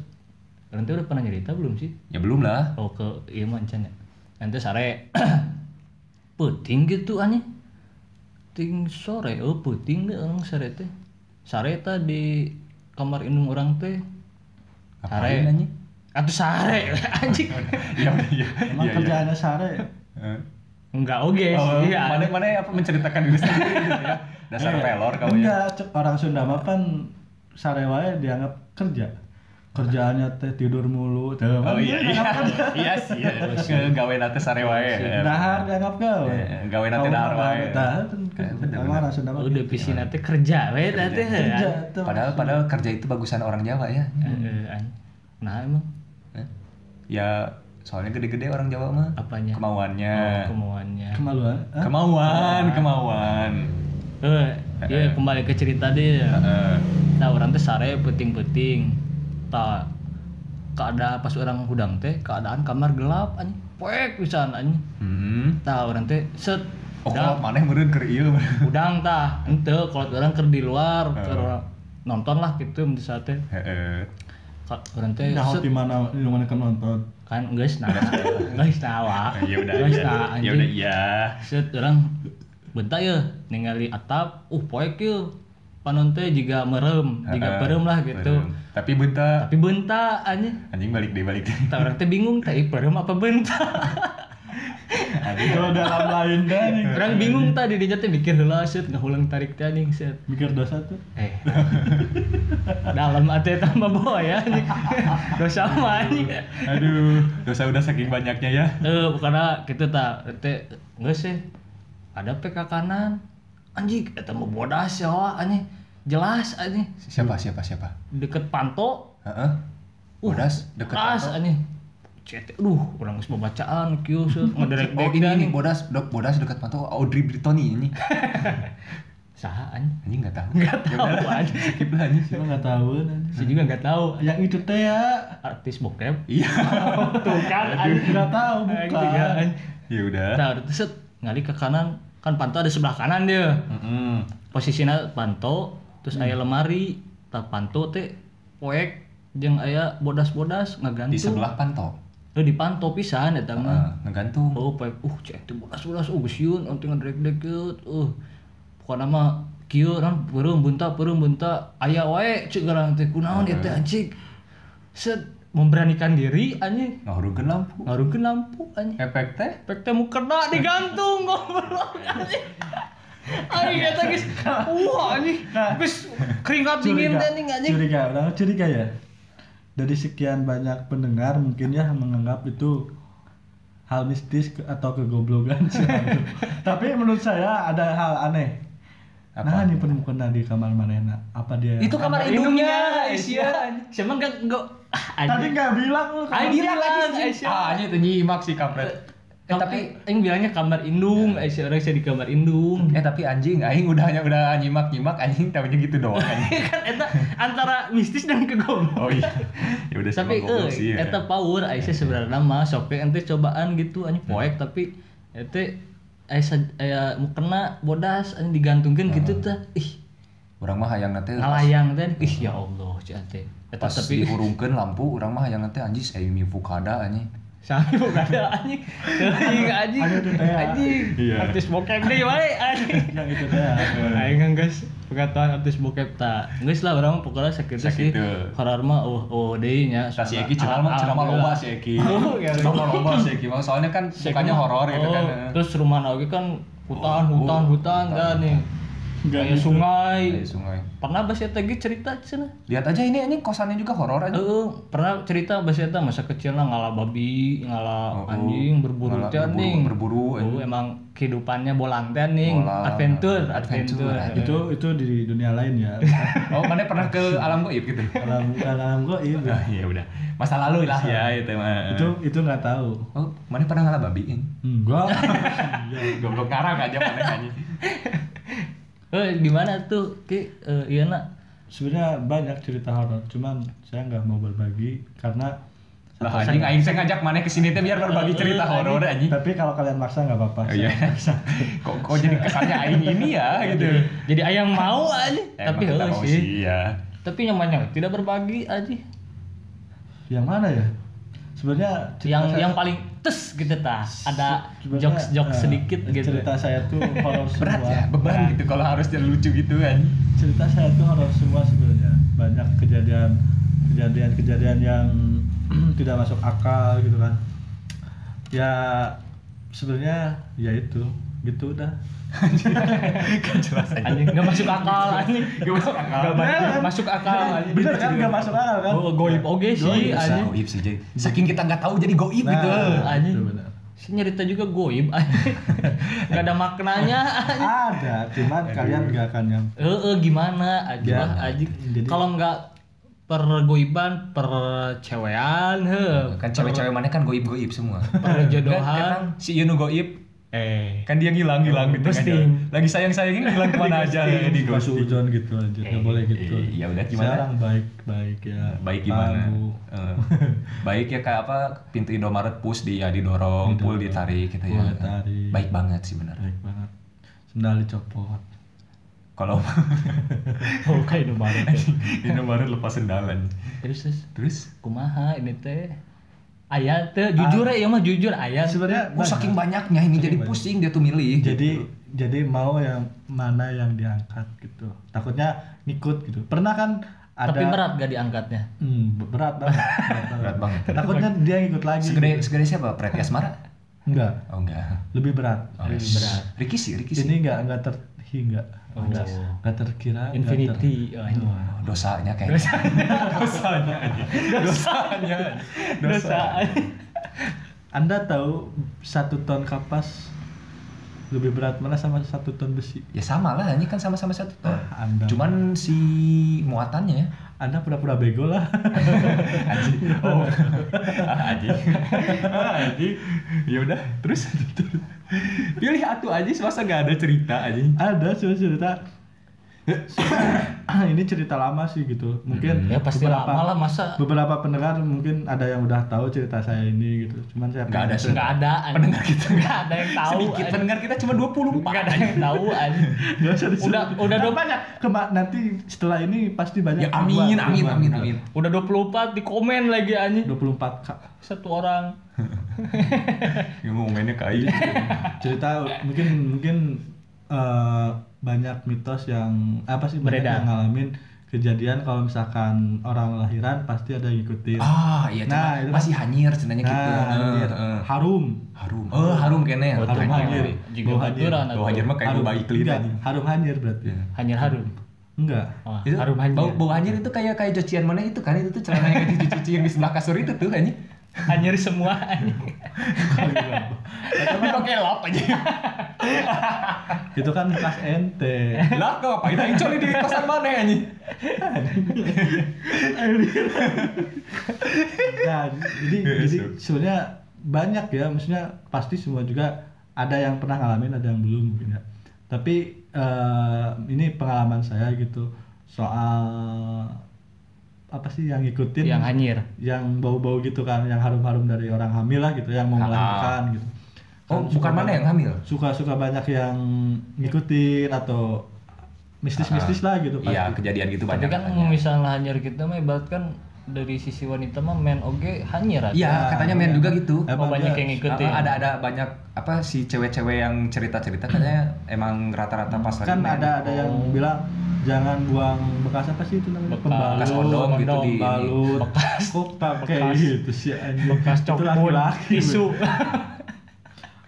[SPEAKER 1] Orang teh udah pernah cerita belum sih?
[SPEAKER 2] Ya belum lah.
[SPEAKER 1] Oh, ke ieu mah encan ya. Nanti sare puting gitu anjing. Ting sore, oh puting deh orang sare teh. Sare teh di kamar indung orang teh.
[SPEAKER 2] Ngapain
[SPEAKER 1] Sare.
[SPEAKER 2] anjing?
[SPEAKER 1] Atuh sare anjing.
[SPEAKER 2] Iya, iya.
[SPEAKER 3] Emang
[SPEAKER 2] iya, iya.
[SPEAKER 3] kerjaannya sare.
[SPEAKER 2] Eh,
[SPEAKER 1] Enggak oge
[SPEAKER 2] oh,
[SPEAKER 1] sih.
[SPEAKER 2] Mana
[SPEAKER 1] Iya.
[SPEAKER 2] mana apa menceritakan diri sendiri gitu ya. Dasar
[SPEAKER 3] Eh,
[SPEAKER 2] pelor kamu ya.
[SPEAKER 3] Enggak, cek orang Sunda mah kan sare wae dianggap kerja. Kerjaannya teh tidur mulu. Tuh,
[SPEAKER 2] Oh
[SPEAKER 3] kan
[SPEAKER 2] iya iya.
[SPEAKER 3] dianggap kerja.
[SPEAKER 2] Iya sih. iya. Gawe nate sare wae.
[SPEAKER 1] Nah,
[SPEAKER 2] ya.
[SPEAKER 3] Dahar dianggap gawe.
[SPEAKER 2] Iya, gawe nanti
[SPEAKER 3] Kamu
[SPEAKER 2] dahar
[SPEAKER 3] mah
[SPEAKER 2] wae.
[SPEAKER 3] Dahar kan kerja.
[SPEAKER 2] Eh, bener,
[SPEAKER 3] Emang orang Sunda mah
[SPEAKER 1] Oh, Udah pisi nanti kerja we nanti.
[SPEAKER 3] kerja.
[SPEAKER 1] Kerja.
[SPEAKER 3] tuh.
[SPEAKER 2] Padahal padahal kerja itu bagusan orang Jawa ya.
[SPEAKER 1] Nah emang
[SPEAKER 2] Eh, Ya soalnya gede-gede orang Jawa mah
[SPEAKER 1] apanya?
[SPEAKER 2] kemauannya.
[SPEAKER 1] Oh, kemauannya.
[SPEAKER 3] kemaluan. Hah?
[SPEAKER 2] Kemauan, kemauan.
[SPEAKER 1] Eh, ya kembali ke cerita deh.
[SPEAKER 2] Heeh.
[SPEAKER 1] Nah orang teh sare penting-penting. Ta keadaan pas orang hudang teh keadaan kamar gelap anjing. Poek pisan anjing.
[SPEAKER 2] Hmm.
[SPEAKER 1] Tah orang teh set
[SPEAKER 2] Oh,
[SPEAKER 1] dah,
[SPEAKER 2] kalau mana meureun keur ieu.
[SPEAKER 1] udang tah ente kalau orang ker di luar keur nonton lah gitu di saat teh
[SPEAKER 2] Heeh.
[SPEAKER 1] Ka- orang teh
[SPEAKER 2] Nah,
[SPEAKER 3] Nyaho
[SPEAKER 1] Eh, set
[SPEAKER 3] di mana di mana Nah, kan nonton.
[SPEAKER 1] kan geus nah geus nah wah
[SPEAKER 2] Ya udah.
[SPEAKER 1] geus
[SPEAKER 2] ya.
[SPEAKER 1] nah
[SPEAKER 2] Ya udah
[SPEAKER 1] anjing
[SPEAKER 2] iya.
[SPEAKER 1] set orang bentar ya ningali atap uh poek yeuh panon teh jiga merem
[SPEAKER 2] Heeh.
[SPEAKER 1] jiga perem lah gitu
[SPEAKER 2] Perem. Tapi bentar
[SPEAKER 1] tapi bentar anjing
[SPEAKER 2] anjing balik deh balik deh
[SPEAKER 1] Tah orang teh bingung teh ih, perem apa bentar
[SPEAKER 2] anjing
[SPEAKER 3] Kalau dalam lain dah nih.
[SPEAKER 1] orang bingung tadi dia teh mikir heula set ngahulang tarik teh anjing set
[SPEAKER 3] Mikir dosa tuh.
[SPEAKER 1] Eh. Dalam hati tambah boy ya. anjing. Dosa mah anjing.
[SPEAKER 2] aduh dosa udah saking banyaknya ya
[SPEAKER 1] Eh, karena kita tak teh enggak sih. Ada PK kanan. Anjing, eta mah bodas ya wah anjing. Jelas anjing
[SPEAKER 2] siapa siapa siapa
[SPEAKER 1] deket panto.
[SPEAKER 2] Heeh.
[SPEAKER 1] Uh.
[SPEAKER 2] bodas deket
[SPEAKER 1] Keras
[SPEAKER 2] apa?
[SPEAKER 1] anjing. Cet, duh, orang geus bacaan kieu seuh ngaderek
[SPEAKER 2] oh ini nih bodas dok bodas dekat pantu Audrey Brittany ini
[SPEAKER 1] Saha anjing?
[SPEAKER 2] anjing nggak tahu nggak
[SPEAKER 1] tahu, anjing.
[SPEAKER 2] skip lah anjing
[SPEAKER 3] Siapa nggak tahu nanti.
[SPEAKER 1] Si juga enggak tahu
[SPEAKER 3] Yang itu teh ya.
[SPEAKER 1] artis bokep.
[SPEAKER 2] iya
[SPEAKER 1] Tuh kan anjing.
[SPEAKER 3] Nggak tahu bukan.
[SPEAKER 1] Anjing.
[SPEAKER 2] ya udah
[SPEAKER 1] Nah, set ngali ke kanan, kan panto ada sebelah kanan dia.
[SPEAKER 2] Mm-mm.
[SPEAKER 1] posisinya panto terus aya
[SPEAKER 2] Hmm.
[SPEAKER 1] lemari tak panto teh poek jeung aya bodas-bodas ngegantung
[SPEAKER 2] di sebelah panto
[SPEAKER 1] Eh, di panto pisan eta mah
[SPEAKER 2] Heeh, ngegantung
[SPEAKER 1] oh poek uh cek teh bodas-bodas uh geus yieun anu teu ngadreg-deg uh pokona mah kieu kan beureum bunta beureum bunta aya wae cek garang teh kunaon
[SPEAKER 2] Ah.
[SPEAKER 1] eta anjing set memberanikan diri anjing
[SPEAKER 2] ngaruhkan Oh, lampu
[SPEAKER 1] ngarungkeun lampu anjing
[SPEAKER 2] efek teh
[SPEAKER 1] Pek teh mukena digantung goblok anjing. Anjing eta geus wah anjing. Geus keringat dingin teh anjing anjing.
[SPEAKER 3] Nah. curiga, orang curiga ya. Dari sekian banyak pendengar mungkin ya menganggap itu hal mistis ke- atau kegoblokan. Tapi menurut saya ada hal aneh.
[SPEAKER 2] Apa?
[SPEAKER 3] Nah, ini penemukan di kamar Manena. Apa dia?
[SPEAKER 2] Itu
[SPEAKER 1] kan
[SPEAKER 2] kamar indungnya, Aisyah.
[SPEAKER 1] Aisyah. Sama enggak enggak Ah,
[SPEAKER 3] Tadi nggak bilang lu.
[SPEAKER 1] Aing bilang tadi Aisyah.
[SPEAKER 2] ah anjing itu nyimak sih kampret
[SPEAKER 1] Eh, tapi aing bilangnya kamar indung,
[SPEAKER 3] Iya.
[SPEAKER 1] Aisyah orang saya di kamar
[SPEAKER 3] Hmm.
[SPEAKER 1] indung.
[SPEAKER 2] eh tapi anjing aing udah hanya udah nyimak nyimak anjing tahunya gitu doang anjing
[SPEAKER 1] kan eta antara mistis dan kegomblokan.
[SPEAKER 2] oh iya ya udah sih,
[SPEAKER 1] Tapi
[SPEAKER 2] emang goblok sih
[SPEAKER 1] eh
[SPEAKER 2] ya.
[SPEAKER 1] eta power Aisyah sebenarnya mah sok we ente cobaan gitu anjing
[SPEAKER 2] Hmm.
[SPEAKER 1] poek tapi ente Aisyah aya mukena bodas anjing digantungkeun gitu
[SPEAKER 2] Hmm.
[SPEAKER 1] tah. Ih,
[SPEAKER 2] Orang mah hayang nanti
[SPEAKER 1] ngalayang teh ih ya Allah cenah teh eta
[SPEAKER 2] pas
[SPEAKER 1] tapi
[SPEAKER 2] dihurungkeun lampu, orang mah hayang nanti anjing Amy Fukada anjing.
[SPEAKER 1] sami boga ada anjing anjing anjing
[SPEAKER 3] Aduh, aduh, teh.
[SPEAKER 1] anjing
[SPEAKER 2] Iya. Eh.
[SPEAKER 1] artis bokep deui wae anjing
[SPEAKER 3] Yang itu teh. ya.
[SPEAKER 1] aing kan guys pengetahuan artis bokep ta geus lah urang mah pokoknya sakitu sih
[SPEAKER 2] Sakitu.
[SPEAKER 1] horor mah oh oh deui nya
[SPEAKER 2] Nah, si eh. Eki cenah mah cenah mah loba si Eki.
[SPEAKER 1] Oh, iya.
[SPEAKER 2] Cenah mah loba si Eki. Mah, Soalnya kan bukannya horor gitu kan.
[SPEAKER 1] terus rumah oge kan hutan
[SPEAKER 2] Oh,
[SPEAKER 1] hutan hutan
[SPEAKER 2] oh, hutan, Iya,
[SPEAKER 1] kan nih
[SPEAKER 3] Nggak
[SPEAKER 1] kayak
[SPEAKER 2] Dari
[SPEAKER 3] gitu.
[SPEAKER 1] sungai
[SPEAKER 2] sungai.
[SPEAKER 1] pernah bahasa tadi cerita cenah
[SPEAKER 2] Lihat aja ini ini kosannya juga horor aja.
[SPEAKER 1] Heeh, pernah cerita bahasa eta masa kecil lah ngalah babi, ngalah
[SPEAKER 2] Oh, oh.
[SPEAKER 1] anjing, berburu
[SPEAKER 2] Ngalah
[SPEAKER 1] teh
[SPEAKER 2] berburu,
[SPEAKER 1] anjing.
[SPEAKER 2] berburu, ya.
[SPEAKER 1] Oh, emang kehidupannya bolang teh anjing,
[SPEAKER 2] Bolang,
[SPEAKER 1] adventure, adventure.
[SPEAKER 2] adventure, anjing.
[SPEAKER 3] Itu itu di dunia lain ya.
[SPEAKER 2] Oh, mana pernah ke alam gaib gitu.
[SPEAKER 3] Alam alam goib. ya.
[SPEAKER 2] Nah, ya udah. Masa lalu lah ya itu mah.
[SPEAKER 3] Itu itu nggak tahu.
[SPEAKER 2] Oh,
[SPEAKER 3] Hmm.
[SPEAKER 2] mana pernah ngalah babi? ini?
[SPEAKER 3] Enggak.
[SPEAKER 2] Iya, Goblok ngarang aja mana anjing.
[SPEAKER 1] Eh, di mana tuh? Ki, eh, iya nak.
[SPEAKER 3] Sebenarnya banyak cerita horor, cuman saya nggak mau berbagi karena
[SPEAKER 2] Lah anjing aing teh ngajak mana ke sini teh biar berbagi cerita horor Iya, anjing.
[SPEAKER 3] tapi kalau kalian maksa nggak apa-apa.
[SPEAKER 2] Oh, iya. kok kok jadi kesannya aing ini ya gitu.
[SPEAKER 1] Jadi ayang mau aja, tapi
[SPEAKER 2] Emang kita
[SPEAKER 1] heeh
[SPEAKER 2] mau
[SPEAKER 1] sih.
[SPEAKER 2] ya.
[SPEAKER 1] Tapi yang banyak tidak berbagi aja.
[SPEAKER 3] Yang mana ya? Sebenarnya cerita
[SPEAKER 1] Yang
[SPEAKER 3] saya-
[SPEAKER 1] yang paling tes gitu ta. Ada
[SPEAKER 3] sebenarnya,
[SPEAKER 1] jokes-jokes
[SPEAKER 3] eh,
[SPEAKER 1] sedikit gitu.
[SPEAKER 3] Cerita saya tuh horor semua.
[SPEAKER 2] Berat ya, beban gitu kalau harus jadi lucu gitu kan.
[SPEAKER 3] Cerita saya tuh horor semua sebenarnya. Banyak kejadian kejadian-kejadian yang tidak masuk akal gitu kan ya sebenarnya ya itu gitu udah
[SPEAKER 1] anjing nggak masuk akal anjing nggak masuk akal masuk akal anjing
[SPEAKER 3] bener kan
[SPEAKER 2] Iya,
[SPEAKER 3] nggak masuk akal kan
[SPEAKER 1] Oh, goib oge sih
[SPEAKER 3] Goib,
[SPEAKER 1] anjing
[SPEAKER 2] Goib sih jadi Iya, saking kita nggak tahu jadi goib gitu.
[SPEAKER 1] anjing.
[SPEAKER 3] itu bener.
[SPEAKER 1] Si nyerita juga goib anjing nggak ada maknanya anjing
[SPEAKER 3] ada cuman kalian nggak akan yang
[SPEAKER 1] eh eh, gimana anjing
[SPEAKER 3] Ya,
[SPEAKER 1] lah anjing
[SPEAKER 3] jadi-
[SPEAKER 1] kalau nggak pergoiban percewean he
[SPEAKER 2] Kan cewek-cewek mana kan goib-goib semua.
[SPEAKER 1] Perjodohan.
[SPEAKER 2] Kan, kan si Inu goib,
[SPEAKER 1] eh
[SPEAKER 2] kan dia ngilang-ngilang gitu kan.
[SPEAKER 1] Ghosting.
[SPEAKER 2] Lagi sayang-sayangnya ngilang kemana aja di
[SPEAKER 3] suka
[SPEAKER 2] ghosting.
[SPEAKER 3] sujon gitu aja nggak boleh gitu
[SPEAKER 2] eh, ya udah, gimana?
[SPEAKER 3] sekarang baik baik ya
[SPEAKER 2] baik gimana
[SPEAKER 3] Tahu.
[SPEAKER 2] Eh, baik ya kayak apa pintu Indomaret push dia didorong pul ditarik gitu ya
[SPEAKER 3] Pull ditarik.
[SPEAKER 2] baik banget sih bener
[SPEAKER 3] baik banget sendal dicopot
[SPEAKER 2] kalau
[SPEAKER 1] oh kayak itu banget ya.
[SPEAKER 2] Indomaret lepas sendalan
[SPEAKER 1] terus terus
[SPEAKER 2] terus
[SPEAKER 1] kumaha ini teh ayah teh jujur
[SPEAKER 3] Ah.
[SPEAKER 1] ya mah jujur ayah
[SPEAKER 3] sebenarnya
[SPEAKER 2] oh,
[SPEAKER 3] banyak.
[SPEAKER 2] saking banyaknya ini jadi pusing dia tuh milih
[SPEAKER 3] jadi jadi mau yang mana yang diangkat gitu takutnya ngikut gitu pernah kan ada
[SPEAKER 1] tapi berat gak diangkatnya
[SPEAKER 3] Hmm, berat banget berat banget.
[SPEAKER 2] berat banget
[SPEAKER 3] takutnya dia ngikut lagi
[SPEAKER 2] segede segede siapa Preti Asmara
[SPEAKER 3] enggak
[SPEAKER 2] oh enggak
[SPEAKER 3] lebih berat
[SPEAKER 2] oh,
[SPEAKER 1] Lebih
[SPEAKER 2] shh.
[SPEAKER 1] berat.
[SPEAKER 2] Ricky sih Ricky sih
[SPEAKER 3] ini enggak enggak terhingga
[SPEAKER 1] Oh.
[SPEAKER 3] enggak enggak terkira enggak
[SPEAKER 1] Infinity oh, anjing.
[SPEAKER 2] Oh, dosanya kayaknya dosanya aja dosanya
[SPEAKER 1] dosa anjing.
[SPEAKER 3] Anda tahu satu ton kapas lebih berat mana sama satu ton besi?
[SPEAKER 2] ya sama lah ini kan sama-sama satu ton
[SPEAKER 3] Anda.
[SPEAKER 2] cuman si muatannya ya.
[SPEAKER 3] Anda pura-pura bego lah.
[SPEAKER 2] Aji. Oh. Ah, Aji. Ah, Aji. Ya udah, terus Pilih atu aja semasa gak ada cerita aja.
[SPEAKER 3] Ada cuma cerita. ini cerita lama sih gitu. Mungkin
[SPEAKER 1] ya pasti lama lah masa
[SPEAKER 3] beberapa pendengar mungkin ada yang udah tahu cerita saya ini gitu. Cuman saya
[SPEAKER 2] Nggak ada
[SPEAKER 3] pengen-
[SPEAKER 2] sih.
[SPEAKER 1] nggak ada anjing.
[SPEAKER 2] Pendengar kita
[SPEAKER 1] nggak ada yang tahu
[SPEAKER 2] Sedikit
[SPEAKER 1] anjing.
[SPEAKER 2] pendengar kita cuma 24.
[SPEAKER 1] nggak ada yang tahu anjing.
[SPEAKER 3] Nggak usah disebut.
[SPEAKER 1] udah udah
[SPEAKER 3] Nah,
[SPEAKER 1] dua
[SPEAKER 3] banyak. Kema- nanti setelah ini pasti banyak.
[SPEAKER 2] Ya amin, amin, amin, amin.
[SPEAKER 1] udah 24 di komen lagi anjing
[SPEAKER 3] 24 kak.
[SPEAKER 1] satu orang
[SPEAKER 2] Ya momennya kayak
[SPEAKER 3] cerita mungkin mungkin eh, banyak mitos yang apa sih banyak
[SPEAKER 1] Beredar.
[SPEAKER 3] yang ngalamin kejadian kalau misalkan orang lahiran pasti ada yang ngikutin
[SPEAKER 2] Ah, iya cuma
[SPEAKER 3] Nah, itu kan.
[SPEAKER 2] masih hanyir cenanya gitu.
[SPEAKER 3] nah
[SPEAKER 2] Heeh,
[SPEAKER 3] anjir.
[SPEAKER 2] heeh.
[SPEAKER 3] harum
[SPEAKER 2] Harum. Eh, harum kayaknya.
[SPEAKER 3] Harum
[SPEAKER 2] Harum.
[SPEAKER 3] hanyir.
[SPEAKER 1] juga
[SPEAKER 3] Bau hanyir.
[SPEAKER 1] haturan
[SPEAKER 2] Bau hanyir mah kayak bau bayi clean
[SPEAKER 3] Enggak,
[SPEAKER 2] aja.
[SPEAKER 3] harum hanyir berarti
[SPEAKER 2] Iya.
[SPEAKER 1] hanyir harum
[SPEAKER 3] enggak
[SPEAKER 1] oh,
[SPEAKER 2] Itu
[SPEAKER 1] harum hanyir
[SPEAKER 2] Bau, bau hanyir Iya. itu kayak kayak cucian mana itu kan itu tuh celana yang dicuci-cuci yang di sebelah kasur itu tuh hanya
[SPEAKER 1] hanyir semua anjing.
[SPEAKER 2] dipakai lap aja.
[SPEAKER 3] itu kan bekas ente
[SPEAKER 2] Lah kok ngapain aing coli di kosan mana anjing?
[SPEAKER 3] nah jadi
[SPEAKER 2] Iya,
[SPEAKER 3] jadi sebenarnya banyak ya maksudnya pasti semua juga ada yang pernah ngalamin ada yang belum mungkin ya tapi eh, ini pengalaman saya gitu soal apa sih yang ngikutin
[SPEAKER 1] yang hanyir
[SPEAKER 3] yang bau-bau gitu kan yang harum-harum dari orang hamil lah gitu yang mau
[SPEAKER 2] Ah.
[SPEAKER 3] melahirkan gitu
[SPEAKER 2] Oh,
[SPEAKER 3] Kan suka
[SPEAKER 2] bukan mana yang hamil?
[SPEAKER 3] suka-suka banyak yang ngikutin atau
[SPEAKER 1] Ah,
[SPEAKER 3] mistis-mistis lah gitu pasti
[SPEAKER 2] Iya, kejadian gitu
[SPEAKER 1] tapi
[SPEAKER 2] banyak.
[SPEAKER 1] kan
[SPEAKER 2] katanya.
[SPEAKER 1] misalnya hanyir kita mah ibarat kan dari sisi wanita mah men oge hanyir aja
[SPEAKER 2] Iya, katanya men juga
[SPEAKER 1] oh,
[SPEAKER 2] gitu.
[SPEAKER 3] Nah, Emang
[SPEAKER 1] banyak
[SPEAKER 3] dia-
[SPEAKER 1] yang ngikutin
[SPEAKER 2] Apa, ada ada banyak apa si cewek-cewek yang cerita-cerita katanya emang rata-rata pas lagi
[SPEAKER 3] kan
[SPEAKER 2] men.
[SPEAKER 3] ada ada yang bilang jangan buang bekas apa sih itu namanya
[SPEAKER 1] Bekas.
[SPEAKER 3] pembalut
[SPEAKER 2] bekas kondom gitu di
[SPEAKER 3] pembalut
[SPEAKER 1] Bekas.
[SPEAKER 3] kok pakai
[SPEAKER 1] Bekas.
[SPEAKER 3] gitu sih anjing
[SPEAKER 1] bekas
[SPEAKER 3] Itu
[SPEAKER 1] cokbon
[SPEAKER 3] laki-laki,
[SPEAKER 1] tisu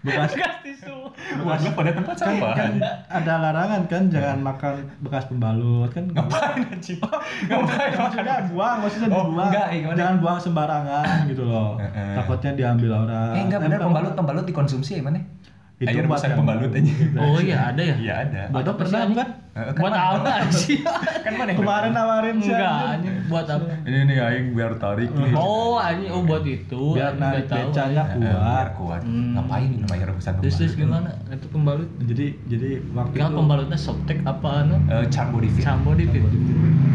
[SPEAKER 3] Bro. bekas
[SPEAKER 1] bekas tisu
[SPEAKER 2] Wah, lu pada tempat
[SPEAKER 3] kan,
[SPEAKER 2] sampah.
[SPEAKER 3] kan ada larangan kan jangan makan bekas pembalut kan
[SPEAKER 2] Ngapain anjing?
[SPEAKER 3] Oh,
[SPEAKER 2] Ngapain makan?
[SPEAKER 3] maksudnya buang maksudnya
[SPEAKER 2] Oh,
[SPEAKER 3] dibuang
[SPEAKER 2] enggak, eh, gimana?
[SPEAKER 3] jangan buang sembarangan gitu loh
[SPEAKER 1] Eh,
[SPEAKER 2] Heeh.
[SPEAKER 3] takutnya diambil orang
[SPEAKER 2] Eh, enggak benar
[SPEAKER 3] Emang-
[SPEAKER 2] pembalut pembalut dikonsumsi ya mana?
[SPEAKER 3] Itu
[SPEAKER 2] Air
[SPEAKER 3] buat
[SPEAKER 2] rebusan
[SPEAKER 3] yang-
[SPEAKER 2] pembalut aja.
[SPEAKER 1] oh iya ada ya
[SPEAKER 2] Iya ada.
[SPEAKER 3] Bodo
[SPEAKER 1] Apa sih,
[SPEAKER 3] pernah
[SPEAKER 1] anjing?
[SPEAKER 3] kan
[SPEAKER 2] Eh, kan
[SPEAKER 1] buat
[SPEAKER 2] mana?
[SPEAKER 1] apa sih
[SPEAKER 2] Kan mana? yang-
[SPEAKER 3] kemarin nawarin sih
[SPEAKER 1] enggak
[SPEAKER 3] anjing.
[SPEAKER 1] anjing buat apa
[SPEAKER 2] Ini nih aing biar tarik nih.
[SPEAKER 1] oh anjing oh buat itu
[SPEAKER 3] biar
[SPEAKER 1] anjing,
[SPEAKER 3] narik
[SPEAKER 1] nggak tahu.
[SPEAKER 3] Nah, becanya
[SPEAKER 2] Eh,
[SPEAKER 3] keluar
[SPEAKER 2] biar kuat.
[SPEAKER 3] Hmm.
[SPEAKER 2] Ngapain minum air rebusan
[SPEAKER 1] terus terus
[SPEAKER 2] pembalut?
[SPEAKER 1] gimana itu pembalut
[SPEAKER 3] jadi jadi waktu
[SPEAKER 1] kan
[SPEAKER 3] itu
[SPEAKER 1] pembalutnya softtek apa anu
[SPEAKER 2] Eh, Charbo di fit.
[SPEAKER 1] cambo di fit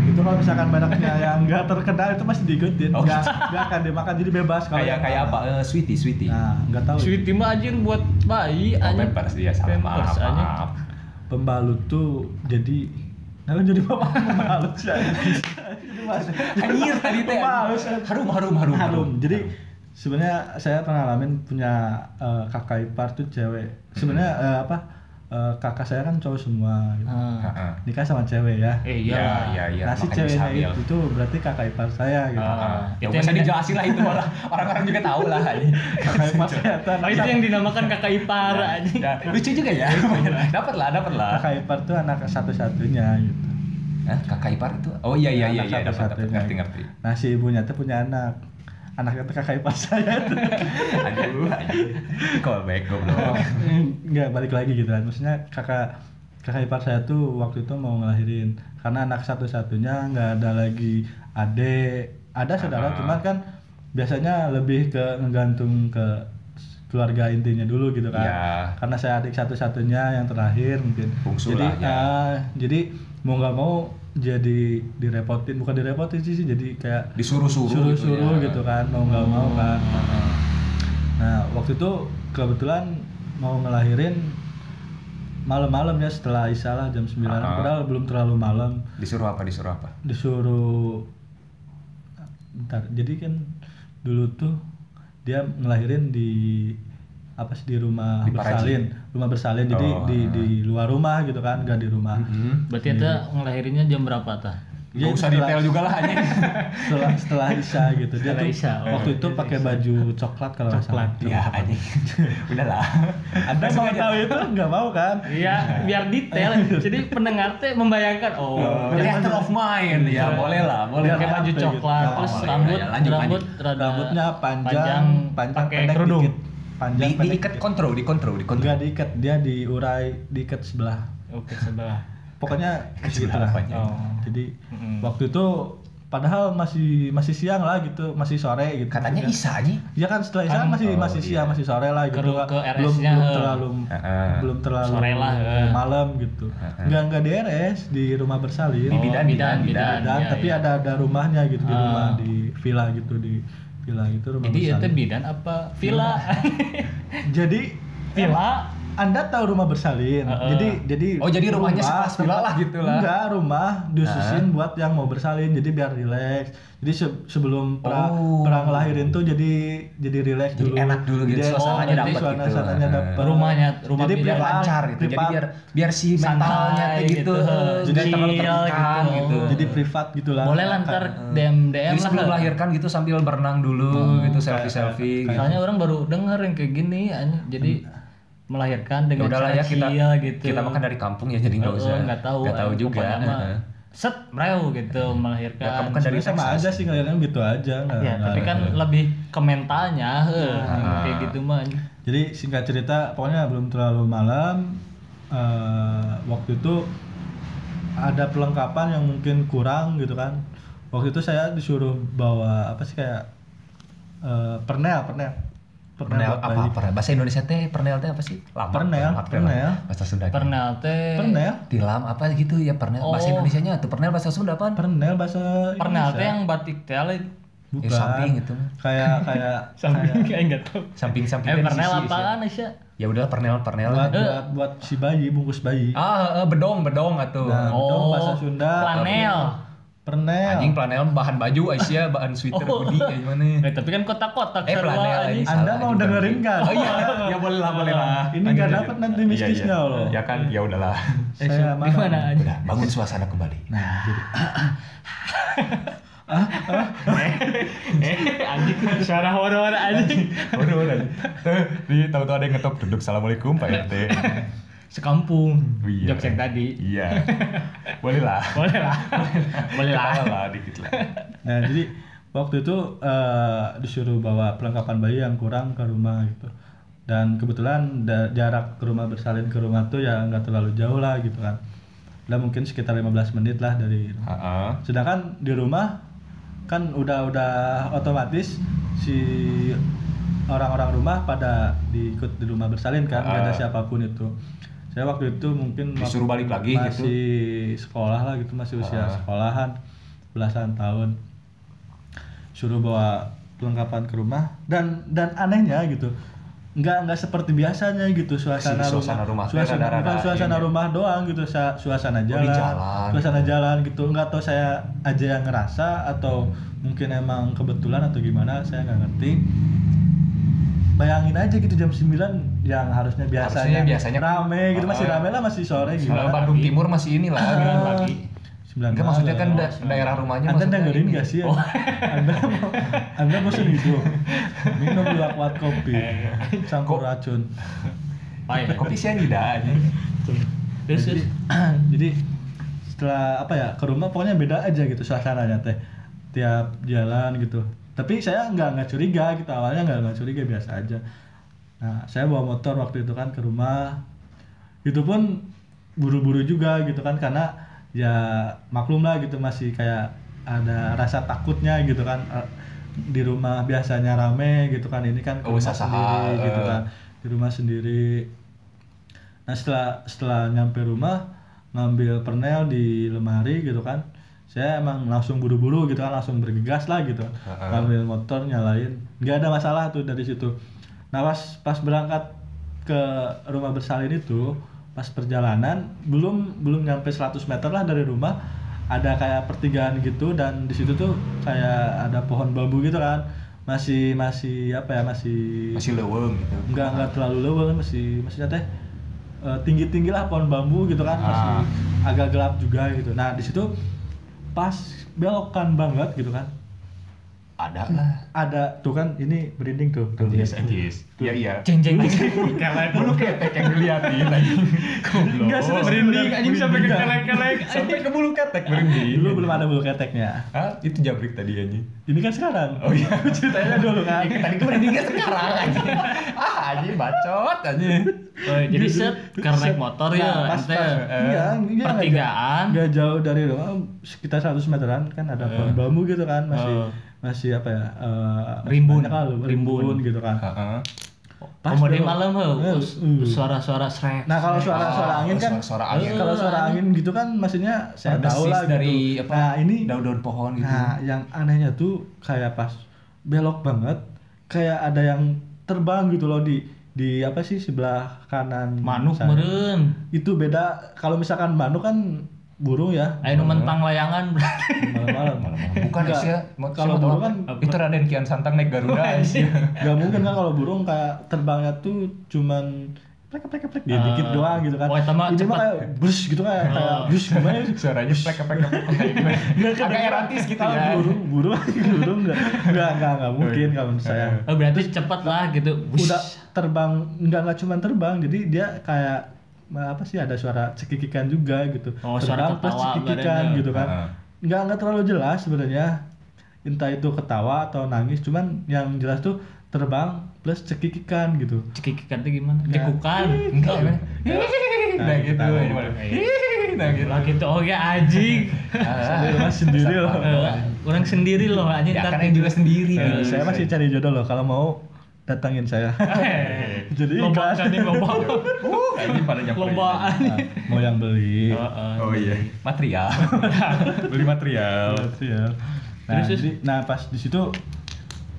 [SPEAKER 3] itu kalau misalkan mereknya yang nggak terkenal itu masih diikutin
[SPEAKER 2] Oh.
[SPEAKER 3] nggak nggak akan dimakan jadi bebas kalau
[SPEAKER 2] Kayak
[SPEAKER 3] yang
[SPEAKER 2] kayak
[SPEAKER 3] mana.
[SPEAKER 2] apa? Eh, sweetie, sweetie.
[SPEAKER 3] nah nggak tahu
[SPEAKER 1] sweet mah anjing buat bayi
[SPEAKER 2] Oh,
[SPEAKER 1] anjing
[SPEAKER 2] Pampers dia sama.
[SPEAKER 1] Pampers,
[SPEAKER 2] Maaf,
[SPEAKER 1] anjing.
[SPEAKER 2] maaf.
[SPEAKER 3] pembalut tuh jadi Nah, lu jadi bapak pembalut sih. anjing. Jadi masuk.
[SPEAKER 2] ya. Anjir tadi teh.
[SPEAKER 3] Pembalut. sih.
[SPEAKER 2] Harum, harum, harum.
[SPEAKER 3] Harum. Jadi
[SPEAKER 2] Hmm.
[SPEAKER 3] sebenarnya saya pernah ngalamin punya eh, kakak ipar tuh cewek. Sebenarnya eh, apa? eh, kakak saya kan cowok semua gitu.
[SPEAKER 1] Ah.
[SPEAKER 2] Heeh.
[SPEAKER 3] nikah sama cewek ya
[SPEAKER 1] eh
[SPEAKER 2] Iya,
[SPEAKER 1] iyalah.
[SPEAKER 2] iya, iya.
[SPEAKER 3] nah si
[SPEAKER 2] makanya
[SPEAKER 3] ceweknya
[SPEAKER 2] stabil.
[SPEAKER 3] itu, itu berarti kakak ipar saya gitu
[SPEAKER 1] Ah.
[SPEAKER 2] Heeh. Ya
[SPEAKER 1] Itu
[SPEAKER 2] nggak usah
[SPEAKER 1] yang-
[SPEAKER 2] dijelasin lah itu orang orang-orang juga tahu lah.
[SPEAKER 3] kakak ipar saya
[SPEAKER 1] Oh, itu yang dinamakan kakak ipar anjing.
[SPEAKER 2] Ya, lucu juga ya. dapat lah, dapat lah.
[SPEAKER 3] kakak ipar tuh anak satu-satunya gitu
[SPEAKER 2] Hah, kakak ipar itu? Oh iya iya iya
[SPEAKER 3] Anak
[SPEAKER 2] iya dapat dapat
[SPEAKER 3] satu-satunya.
[SPEAKER 2] ngerti ngerti.
[SPEAKER 3] nah si ibunya tuh punya anak anaknya tuh kakak ipar saya tuh
[SPEAKER 2] Aduh, anjing. Kok baik goblok.
[SPEAKER 3] nggak balik lagi gitu kan maksudnya kakak kakak ipar saya tuh waktu itu mau ngelahirin karena anak satu-satunya nggak ada lagi adik ada saudara
[SPEAKER 2] Ah.
[SPEAKER 3] cuman kan biasanya lebih ke ngegantung ke s- keluarga intinya dulu gitu kan
[SPEAKER 2] Iya.
[SPEAKER 3] karena saya adik satu-satunya yang terakhir mungkin
[SPEAKER 2] Bungsu
[SPEAKER 3] jadi
[SPEAKER 2] lah, ya.
[SPEAKER 3] ah, jadi mau nggak mau jadi direpotin bukan direpotin sih sih, jadi kayak
[SPEAKER 2] Disuruh-suruh
[SPEAKER 3] suruh-suruh
[SPEAKER 2] gitu
[SPEAKER 3] gitu,
[SPEAKER 2] ya.
[SPEAKER 3] kan mau nggak mau kan Nah, waktu itu kebetulan mau ngelahirin malam-malam ya setelah isya lah jam 9
[SPEAKER 2] Ah.
[SPEAKER 3] padahal belum terlalu malam
[SPEAKER 2] Disuruh apa? Disuruh apa?
[SPEAKER 3] disuruh bentar jadi kan dulu tuh dia ngelahirin di apa sih di rumah
[SPEAKER 2] Di Paraji.
[SPEAKER 3] bersalin rumah bersalin jadi
[SPEAKER 2] Oh,
[SPEAKER 3] di
[SPEAKER 2] ah.
[SPEAKER 3] di luar rumah gitu kan nggak di rumah
[SPEAKER 2] Mm-hmm.
[SPEAKER 1] Berarti ada ngelahirinnya jam berapa tah?
[SPEAKER 2] Gak
[SPEAKER 3] Ya, itu
[SPEAKER 2] usah
[SPEAKER 3] setelah-
[SPEAKER 2] detail juga lah anjing.
[SPEAKER 3] setelah setelah isya gitu dia
[SPEAKER 1] Setelah
[SPEAKER 3] tuh
[SPEAKER 1] isya, iya. oh.
[SPEAKER 3] waktu itu pakai baju coklat kalau nggak salah.
[SPEAKER 2] Ya anjing. Udahlah.
[SPEAKER 3] anda
[SPEAKER 2] Langsung
[SPEAKER 3] mau
[SPEAKER 2] aja.
[SPEAKER 3] tahu itu nggak mau kan
[SPEAKER 1] Iya, biar detail. Jadi pendengar teh membayangkan, oh,
[SPEAKER 2] Theater of mind ya boleh lah boleh
[SPEAKER 1] boleh pakai
[SPEAKER 3] Biar
[SPEAKER 1] baju
[SPEAKER 3] apa gitu.
[SPEAKER 1] coklat,
[SPEAKER 2] Oh,
[SPEAKER 1] terus
[SPEAKER 2] iya, iya,
[SPEAKER 1] rambut,
[SPEAKER 2] lanjut,
[SPEAKER 1] rambut,
[SPEAKER 2] lanjut.
[SPEAKER 1] rada
[SPEAKER 3] rambutnya panjang panjang,
[SPEAKER 1] pakai
[SPEAKER 3] pendek
[SPEAKER 1] kerudung.
[SPEAKER 3] dikit panjang
[SPEAKER 2] di,
[SPEAKER 3] pendek
[SPEAKER 2] diikat
[SPEAKER 3] dikit.
[SPEAKER 2] kontrol di kontrol di kontrol
[SPEAKER 3] enggak diikat dia diurai diikat sebelah
[SPEAKER 1] Oke, sebelah.
[SPEAKER 3] pokoknya gitu
[SPEAKER 2] sebelah
[SPEAKER 3] lah
[SPEAKER 2] apanya?
[SPEAKER 1] Oh.
[SPEAKER 3] jadi
[SPEAKER 1] Mm-mm.
[SPEAKER 3] waktu itu padahal masih masih siang lah gitu masih sore gitu
[SPEAKER 2] katanya
[SPEAKER 3] maksudnya.
[SPEAKER 2] Isa anjing
[SPEAKER 3] ya kan setelah isya
[SPEAKER 1] Kan-
[SPEAKER 3] masih
[SPEAKER 2] oh,
[SPEAKER 3] masih
[SPEAKER 2] iya.
[SPEAKER 3] siang masih sore lah gitu
[SPEAKER 1] Ke-
[SPEAKER 3] Kak.
[SPEAKER 1] ke
[SPEAKER 3] belum
[SPEAKER 1] RS-nya,
[SPEAKER 3] belum
[SPEAKER 1] eh.
[SPEAKER 3] terlalu
[SPEAKER 2] Heeh.
[SPEAKER 3] belum terlalu
[SPEAKER 1] Sore lah, eh.
[SPEAKER 3] malam gitu
[SPEAKER 2] Heeh.
[SPEAKER 3] enggak enggak di RS di rumah bersalin
[SPEAKER 2] Di bidan, bidan,
[SPEAKER 3] dan
[SPEAKER 1] Oh, iya,
[SPEAKER 3] tapi
[SPEAKER 1] iya.
[SPEAKER 3] ada ada rumahnya gitu di
[SPEAKER 1] Ah.
[SPEAKER 3] rumah di villa gitu di villa gitu rumah
[SPEAKER 1] Jadi itu
[SPEAKER 3] bersalin.
[SPEAKER 1] bidan apa villa?
[SPEAKER 3] jadi
[SPEAKER 1] villa?
[SPEAKER 3] Anda tahu rumah bersalin.
[SPEAKER 1] Heeh.
[SPEAKER 3] Jadi jadi
[SPEAKER 2] Oh, jadi rumahnya sekelas villa
[SPEAKER 3] tempat-
[SPEAKER 2] lah gitu lah.
[SPEAKER 3] Enggak, rumah disusun buat yang mau bersalin jadi biar rileks. Jadi se- sebelum pra,
[SPEAKER 2] Oh.
[SPEAKER 3] pra ngelahirin tuh jadi jadi rileks
[SPEAKER 2] Jadi
[SPEAKER 3] dulu.
[SPEAKER 2] enak dulu gitu,
[SPEAKER 3] Jadi-
[SPEAKER 2] suasananya
[SPEAKER 3] jadi
[SPEAKER 2] dapet gitu.
[SPEAKER 3] Suasananya
[SPEAKER 2] Heeh.
[SPEAKER 3] dapet.
[SPEAKER 1] Rumahnya, rumah
[SPEAKER 3] jadi
[SPEAKER 1] bidan
[SPEAKER 2] biar
[SPEAKER 1] Privat,
[SPEAKER 2] lancar gitu jadi
[SPEAKER 3] privat-
[SPEAKER 2] biar biar si
[SPEAKER 1] Santai
[SPEAKER 2] mentalnya tuh gitu,
[SPEAKER 1] gitu,
[SPEAKER 2] eh,
[SPEAKER 1] jadi
[SPEAKER 2] nggak terlalu
[SPEAKER 1] chill
[SPEAKER 2] tertekan
[SPEAKER 1] gitu.
[SPEAKER 2] gitu,
[SPEAKER 3] jadi privat gitu lah.
[SPEAKER 1] Boleh lah ntar DM DM
[SPEAKER 2] jadi sebelum
[SPEAKER 1] lah.
[SPEAKER 2] melahirkan gitu sambil berenang dulu gitu selfie selfie gitu.
[SPEAKER 1] Soalnya orang baru denger yang kayak gini, anjing. jadi melahirkan
[SPEAKER 2] ya
[SPEAKER 1] dengan
[SPEAKER 2] udahlah ya kita
[SPEAKER 1] chill gitu.
[SPEAKER 2] kita makan dari kampung ya jadi nggak
[SPEAKER 1] Eh,
[SPEAKER 2] usah
[SPEAKER 1] nggak tahu,
[SPEAKER 2] nggak tahu
[SPEAKER 1] anjing,
[SPEAKER 2] juga
[SPEAKER 1] pokoknya mah,
[SPEAKER 2] Heeh.
[SPEAKER 1] Set, breu gitu melahirkan.
[SPEAKER 2] Ya, kamu kan dari
[SPEAKER 3] Sebenarnya sama aja sih ngeliatnya gitu aja. nggak-
[SPEAKER 1] Ya,
[SPEAKER 3] nggak-
[SPEAKER 1] tapi kan lebih ke mentalnya, heh,
[SPEAKER 2] Nah.
[SPEAKER 1] kayak gitu mah.
[SPEAKER 3] Jadi singkat cerita, pokoknya belum terlalu malam. eh, waktu itu ada perlengkapan yang mungkin kurang gitu kan. Waktu itu saya disuruh bawa apa sih kayak eh, pernel, pernel,
[SPEAKER 2] Pernel
[SPEAKER 3] buat
[SPEAKER 2] apa
[SPEAKER 3] bayi.
[SPEAKER 2] pernel bahasa Indonesia teh pernel teh apa sih? Lama.
[SPEAKER 3] Pernel,
[SPEAKER 2] Lama,
[SPEAKER 3] pernel.
[SPEAKER 2] Bahasa Sunda. gitu.
[SPEAKER 1] Pernah teh.
[SPEAKER 3] Pernel,
[SPEAKER 2] Tilam apa gitu ya pernel bahasa
[SPEAKER 1] Oh.
[SPEAKER 2] Indonesia nya tuh pernel bahasa Sunda apa?
[SPEAKER 3] pernel bahasa
[SPEAKER 1] Pernel
[SPEAKER 3] Indonesia.
[SPEAKER 1] teh yang batik teh lah.
[SPEAKER 2] Ya,
[SPEAKER 3] bukan
[SPEAKER 2] samping itu.
[SPEAKER 3] kayak kayak
[SPEAKER 1] Samping kayak enggak tahu.
[SPEAKER 2] Samping samping
[SPEAKER 1] Eh, pernel apaan Aisyah?
[SPEAKER 2] Ya udah pernel pernel.
[SPEAKER 3] buat,
[SPEAKER 1] Eh.
[SPEAKER 3] buat buat si bayi bungkus bayi.
[SPEAKER 2] Ah, eh, bedong bedong atuh.
[SPEAKER 3] Nah,
[SPEAKER 1] Oh.
[SPEAKER 3] dong, bahasa Sunda.
[SPEAKER 1] Planel.
[SPEAKER 3] Pernel.
[SPEAKER 2] Anjing planel bahan baju Aisyah bahan sweater
[SPEAKER 1] Oh.
[SPEAKER 2] hoodie kayak gimana?
[SPEAKER 1] Eh, tapi kan kotak-kotak
[SPEAKER 2] Eh
[SPEAKER 1] sarua,
[SPEAKER 2] planel
[SPEAKER 1] anjing.
[SPEAKER 2] anjing salah,
[SPEAKER 3] Anda mau
[SPEAKER 2] anjing,
[SPEAKER 3] dengerin
[SPEAKER 2] planel.
[SPEAKER 3] kan?
[SPEAKER 2] Oh iya, ya boleh lah boleh lah.
[SPEAKER 3] Ini
[SPEAKER 2] Lanjut,
[SPEAKER 3] nggak
[SPEAKER 2] lanjut.
[SPEAKER 3] dapat nanti
[SPEAKER 2] Iya, iya.
[SPEAKER 3] mistisnya loh.
[SPEAKER 2] Ya kan, ya udahlah.
[SPEAKER 3] Saya
[SPEAKER 1] Di mana anjing?
[SPEAKER 2] Udah, bangun suasana kembali.
[SPEAKER 3] Nah, jadi
[SPEAKER 1] Eh, anjing suara horor anjing.
[SPEAKER 2] Waduh, waduh. Tuh, di tahu-tahu ada yang ngetok duduk. Assalamualaikum Pak RT.
[SPEAKER 1] Sekampung.
[SPEAKER 2] Iya.
[SPEAKER 1] Jokes yang tadi.
[SPEAKER 2] Iya. Boleh lah.
[SPEAKER 1] Boleh lah. Boleh lah.
[SPEAKER 2] Ketawa lah dikit lah.
[SPEAKER 3] Nah, jadi waktu itu eh, disuruh bawa perlengkapan bayi yang kurang ke rumah gitu. Dan kebetulan da- jarak ke rumah bersalin ke rumah tuh ya nggak terlalu jauh lah gitu kan. Lah mungkin sekitar 15 menit lah dari rumah.
[SPEAKER 2] Heeh.
[SPEAKER 3] Sedangkan di rumah kan udah udah otomatis si orang-orang rumah pada diikut di rumah bersalin kan, nggak ada
[SPEAKER 2] Ah.
[SPEAKER 3] siapapun itu. Saya waktu itu mungkin wak-
[SPEAKER 2] Disuruh balik lagi gitu.
[SPEAKER 3] masih sekolah lah gitu masih usia
[SPEAKER 2] Ah.
[SPEAKER 3] sekolahan belasan tahun suruh bawa perlengkapan ke rumah dan dan anehnya gitu nggak nggak seperti biasanya gitu suasana,
[SPEAKER 2] Si suasana rumah tuh
[SPEAKER 3] suasana,
[SPEAKER 2] rada-rada
[SPEAKER 3] bukan suasana
[SPEAKER 2] ini. ya.
[SPEAKER 3] rumah doang gitu sa- suasana
[SPEAKER 2] Oh, di
[SPEAKER 3] jalan,
[SPEAKER 2] jalan
[SPEAKER 3] suasana
[SPEAKER 2] gitu.
[SPEAKER 3] jalan gitu nggak tahu saya aja yang ngerasa atau mungkin emang kebetulan atau gimana saya nggak ngerti bayangin aja gitu jam 9 yang harusnya biasanya,
[SPEAKER 2] Harusnya biasanya-
[SPEAKER 3] rame gitu masih
[SPEAKER 2] Ah.
[SPEAKER 3] rame lah masih sore
[SPEAKER 2] Kalau
[SPEAKER 3] gimana
[SPEAKER 2] Bandung Timur masih inilah.
[SPEAKER 1] Sembilan pagi.
[SPEAKER 3] sembilan
[SPEAKER 2] Enggak maksudnya kan
[SPEAKER 3] malam.
[SPEAKER 2] da- daerah rumahnya
[SPEAKER 3] anda
[SPEAKER 2] maksudnya
[SPEAKER 3] dengerin
[SPEAKER 2] ini. Oh.
[SPEAKER 3] gak sih ya? anda mau- anda bosan hidup minum dua kuat kopi
[SPEAKER 2] Eh.
[SPEAKER 3] campur racun
[SPEAKER 1] Pahit.
[SPEAKER 2] Kopi sianida aja.
[SPEAKER 1] ya. Terus terus.
[SPEAKER 3] jadi setelah apa ya ke rumah pokoknya beda aja gitu suasananya teh tiap jalan gitu tapi saya nggak nggak curiga gitu awalnya nggak nggak curiga biasa aja nah saya bawa motor waktu itu kan ke rumah itu pun buru-buru juga gitu kan karena ya maklum lah gitu masih kayak ada rasa takutnya gitu kan Eh, di rumah biasanya rame gitu kan ini kan ke
[SPEAKER 2] Oh,
[SPEAKER 3] rumah
[SPEAKER 2] usaha,
[SPEAKER 3] sendiri gitu
[SPEAKER 2] eh.
[SPEAKER 3] kan di rumah sendiri Nah setelah setelah nyampe rumah ngambil pernel di lemari gitu kan, saya emang langsung buru-buru gitu kan langsung bergegas lah gitu,
[SPEAKER 2] Heeh.
[SPEAKER 3] ngambil motor nyalain, nggak ada masalah tuh dari situ. Nah pas pas berangkat ke rumah bersalin itu, pas perjalanan belum belum nyampe 100 meter lah dari rumah ada kayak pertigaan gitu dan di situ tuh kayak ada pohon bambu gitu kan masih masih apa ya masih
[SPEAKER 2] Masih leuweung gitu.
[SPEAKER 3] nggak nggak terlalu leuweung masih maksudnya teh tinggi tinggi lah pohon bambu gitu kan masih
[SPEAKER 2] Ah.
[SPEAKER 3] agak gelap juga gitu nah di situ pas belokan banget gitu kan
[SPEAKER 2] Ada lah.
[SPEAKER 3] ada tuh kan ini berinding tuh tuh
[SPEAKER 2] Yes,
[SPEAKER 3] lihat.
[SPEAKER 2] yes. Iya, iya.
[SPEAKER 1] Jeng jeng jeng. Kelek.
[SPEAKER 2] Lu kayak yang diliatin lagi.
[SPEAKER 3] Nggak,
[SPEAKER 1] Oh,
[SPEAKER 3] serius,
[SPEAKER 1] Merinding
[SPEAKER 3] bener.
[SPEAKER 1] anjing sampai ke
[SPEAKER 3] Merinding.
[SPEAKER 1] kelek-kelek.
[SPEAKER 2] Sampai ke bulu ketek berhenti.
[SPEAKER 3] dulu belum ada bulu keteknya
[SPEAKER 2] Hah? Itu jabrik tadi anjing.
[SPEAKER 3] ini kan sekarang
[SPEAKER 2] Oh iya.
[SPEAKER 3] ceritanya dulu kan
[SPEAKER 2] Iya, tadi berhentinya sekarang aja. Ah, anjing bacot aja.
[SPEAKER 1] Oh, jadi set karena naik motor ya,
[SPEAKER 3] Nah, pas,
[SPEAKER 1] ente.
[SPEAKER 3] pas, iya, iya,
[SPEAKER 1] pertigaan.
[SPEAKER 3] nggak nggak jauh dari rumah sekitar 100 meteran kan ada
[SPEAKER 2] Iya.
[SPEAKER 3] pohon bambu gitu kan
[SPEAKER 2] Ah.
[SPEAKER 3] masih
[SPEAKER 1] Eh.
[SPEAKER 3] masih apa ya eh,
[SPEAKER 1] Rimbun.
[SPEAKER 3] banyak lah, rimbun,
[SPEAKER 1] Rimbun.
[SPEAKER 3] gitu kan
[SPEAKER 2] Heeh.
[SPEAKER 3] Pas
[SPEAKER 1] Kemudian malam
[SPEAKER 3] belok.
[SPEAKER 1] he,
[SPEAKER 3] Eh,
[SPEAKER 1] us-
[SPEAKER 3] eh.
[SPEAKER 1] suara-suara srek.
[SPEAKER 3] Nah kalau
[SPEAKER 1] srek.
[SPEAKER 3] suara-suara
[SPEAKER 2] Ah,
[SPEAKER 3] angin kan,
[SPEAKER 2] suara-suara angin.
[SPEAKER 3] kalau suara angin gitu kan maksudnya saya
[SPEAKER 2] Perdesis
[SPEAKER 3] tahu lah gitu.
[SPEAKER 2] dari apa?
[SPEAKER 3] nah ini,
[SPEAKER 2] Daun-daun pohon gitu.
[SPEAKER 3] nah yang anehnya tuh kayak pas belok banget, kayak ada yang terbang gitu loh di di apa sih sebelah kanan.
[SPEAKER 1] manuk
[SPEAKER 3] saya.
[SPEAKER 1] meureun.
[SPEAKER 3] Itu beda kalau misalkan manuk kan burung ya
[SPEAKER 1] Ayo nu mentang layangan.
[SPEAKER 3] malam-malam.
[SPEAKER 2] Bukan
[SPEAKER 3] Nggak,
[SPEAKER 2] sih ya. siapa
[SPEAKER 3] kalau
[SPEAKER 2] tahu
[SPEAKER 3] burung kan
[SPEAKER 2] apa? Oh, iya. itu Raden Kian Santang naik Garuda sih.
[SPEAKER 3] nggak mungkin kan kalau burung kayak terbangnya tuh cuman plek plek plek dia
[SPEAKER 1] Ah.
[SPEAKER 3] dikit doang gitu kan.
[SPEAKER 1] Oh, itu mah
[SPEAKER 3] ini mah
[SPEAKER 1] cepet.
[SPEAKER 3] kayak brus gitu kayak
[SPEAKER 2] Ah.
[SPEAKER 3] kayak
[SPEAKER 1] Oh.
[SPEAKER 3] brus gimana sih?
[SPEAKER 2] Suaranya plek plek plek. Agak erotis gitu
[SPEAKER 3] Kalau
[SPEAKER 1] Iya.
[SPEAKER 2] ya.
[SPEAKER 3] burung burung burung nggak nggak nggak nggak mungkin kalau menurut saya
[SPEAKER 1] Oh, berarti cepat lah gitu. Wush.
[SPEAKER 3] udah terbang nggak nggak cuma terbang jadi dia kayak ma- apa sih ada suara cekikikan juga gitu
[SPEAKER 1] Oh,
[SPEAKER 3] terbang
[SPEAKER 1] suara
[SPEAKER 3] plus
[SPEAKER 1] ketawa
[SPEAKER 3] cekikikan
[SPEAKER 1] badannya.
[SPEAKER 3] gitu kan
[SPEAKER 2] Heeh.
[SPEAKER 3] nggak nggak terlalu jelas sebenarnya entah itu ketawa atau nangis cuman yang jelas tuh terbang plus cekikikan gitu
[SPEAKER 1] cekikikan tuh gimana? kan?
[SPEAKER 3] Nggak.
[SPEAKER 1] Cekukan.
[SPEAKER 2] Enggak gimana?
[SPEAKER 3] Nah,
[SPEAKER 2] Nah gitu. Nah,
[SPEAKER 3] ketawa.
[SPEAKER 2] gimana? Nah gitu.
[SPEAKER 1] Lah gitu oh ya anjing.
[SPEAKER 3] Sendiri mah sendiri loh.
[SPEAKER 1] Eh,
[SPEAKER 2] Nah,
[SPEAKER 1] Orang sendiri loh anjing
[SPEAKER 2] Ya kan
[SPEAKER 1] tapi
[SPEAKER 2] yang juga sendiri.
[SPEAKER 1] Iya,
[SPEAKER 3] Eh, saya masih cari jodoh loh kalau mau datangin saya Jadi
[SPEAKER 1] lomba
[SPEAKER 3] ikan.
[SPEAKER 1] kan nih lomba.
[SPEAKER 2] Uh, kayaknya pada nyamperin.
[SPEAKER 1] Lombaan.
[SPEAKER 3] Nah, mau yang beli
[SPEAKER 1] Heeh.
[SPEAKER 2] Oh iya. Material. Beli material.
[SPEAKER 3] Betul. Iya, Nah,
[SPEAKER 1] Terus, terus?
[SPEAKER 3] jadi, nah pas di situ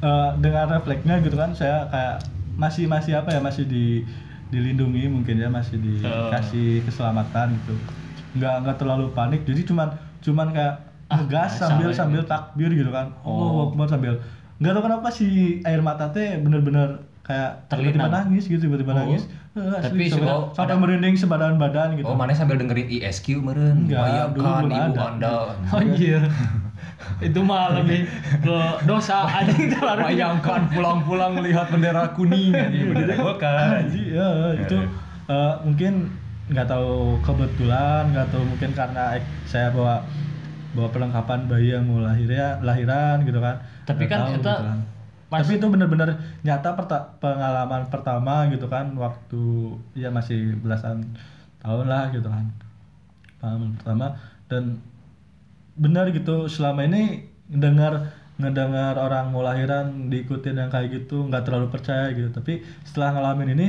[SPEAKER 3] eh, dengan refleksnya gitu kan saya kayak masih masih apa ya masih di dilindungi mungkin ya masih
[SPEAKER 1] Oh.
[SPEAKER 3] dikasih keselamatan gitu. Nggak nggak terlalu panik. Jadi cuman cuman kayak
[SPEAKER 1] Ah,
[SPEAKER 3] ngegas
[SPEAKER 1] biasa
[SPEAKER 3] sambil
[SPEAKER 1] lah itu.
[SPEAKER 3] sambil takbir gitu kan.
[SPEAKER 1] Oh.
[SPEAKER 3] Oh, Akbar sambil nggak tahu kenapa si air mata teh bener-bener kayak tiba-tiba
[SPEAKER 1] Terlinang.
[SPEAKER 3] nangis gitu tiba-tiba
[SPEAKER 1] Oh.
[SPEAKER 3] nangis Eh,
[SPEAKER 1] Tapi
[SPEAKER 3] asli, sampai,
[SPEAKER 2] sebelum-
[SPEAKER 3] sampai
[SPEAKER 2] ada-
[SPEAKER 3] merinding sebadan badan gitu
[SPEAKER 2] Oh, mana sambil dengerin ISQ meren.
[SPEAKER 3] Enggak, dulu
[SPEAKER 2] Bayangkan ibu
[SPEAKER 3] belum ada.
[SPEAKER 2] Anda.
[SPEAKER 3] iya.
[SPEAKER 1] Anjir. Itu mah lebih ke dosa anjing terlalu
[SPEAKER 2] Bayangkan pulang-pulang melihat bendera kuning
[SPEAKER 3] Iya.
[SPEAKER 2] anjing, bendera Golkar.
[SPEAKER 3] Jadi ya, itu eh, mungkin nggak tahu kebetulan, nggak tahu mungkin karena ek- saya bawa bawa perlengkapan bayi yang mau lahir ya lahiran gitu kan.
[SPEAKER 1] Tapi
[SPEAKER 3] Nggak
[SPEAKER 1] kan
[SPEAKER 3] tahu
[SPEAKER 1] itu
[SPEAKER 3] kebetulan.
[SPEAKER 1] pas-
[SPEAKER 3] Tapi itu benar-benar nyata perta- pengalaman pertama gitu kan waktu ya masih belasan tahun lah gitu kan. Pengalaman pertama dan benar gitu selama ini dengar ngedengar orang mau lahiran diikutin yang kayak gitu nggak terlalu percaya gitu tapi setelah ngalamin ini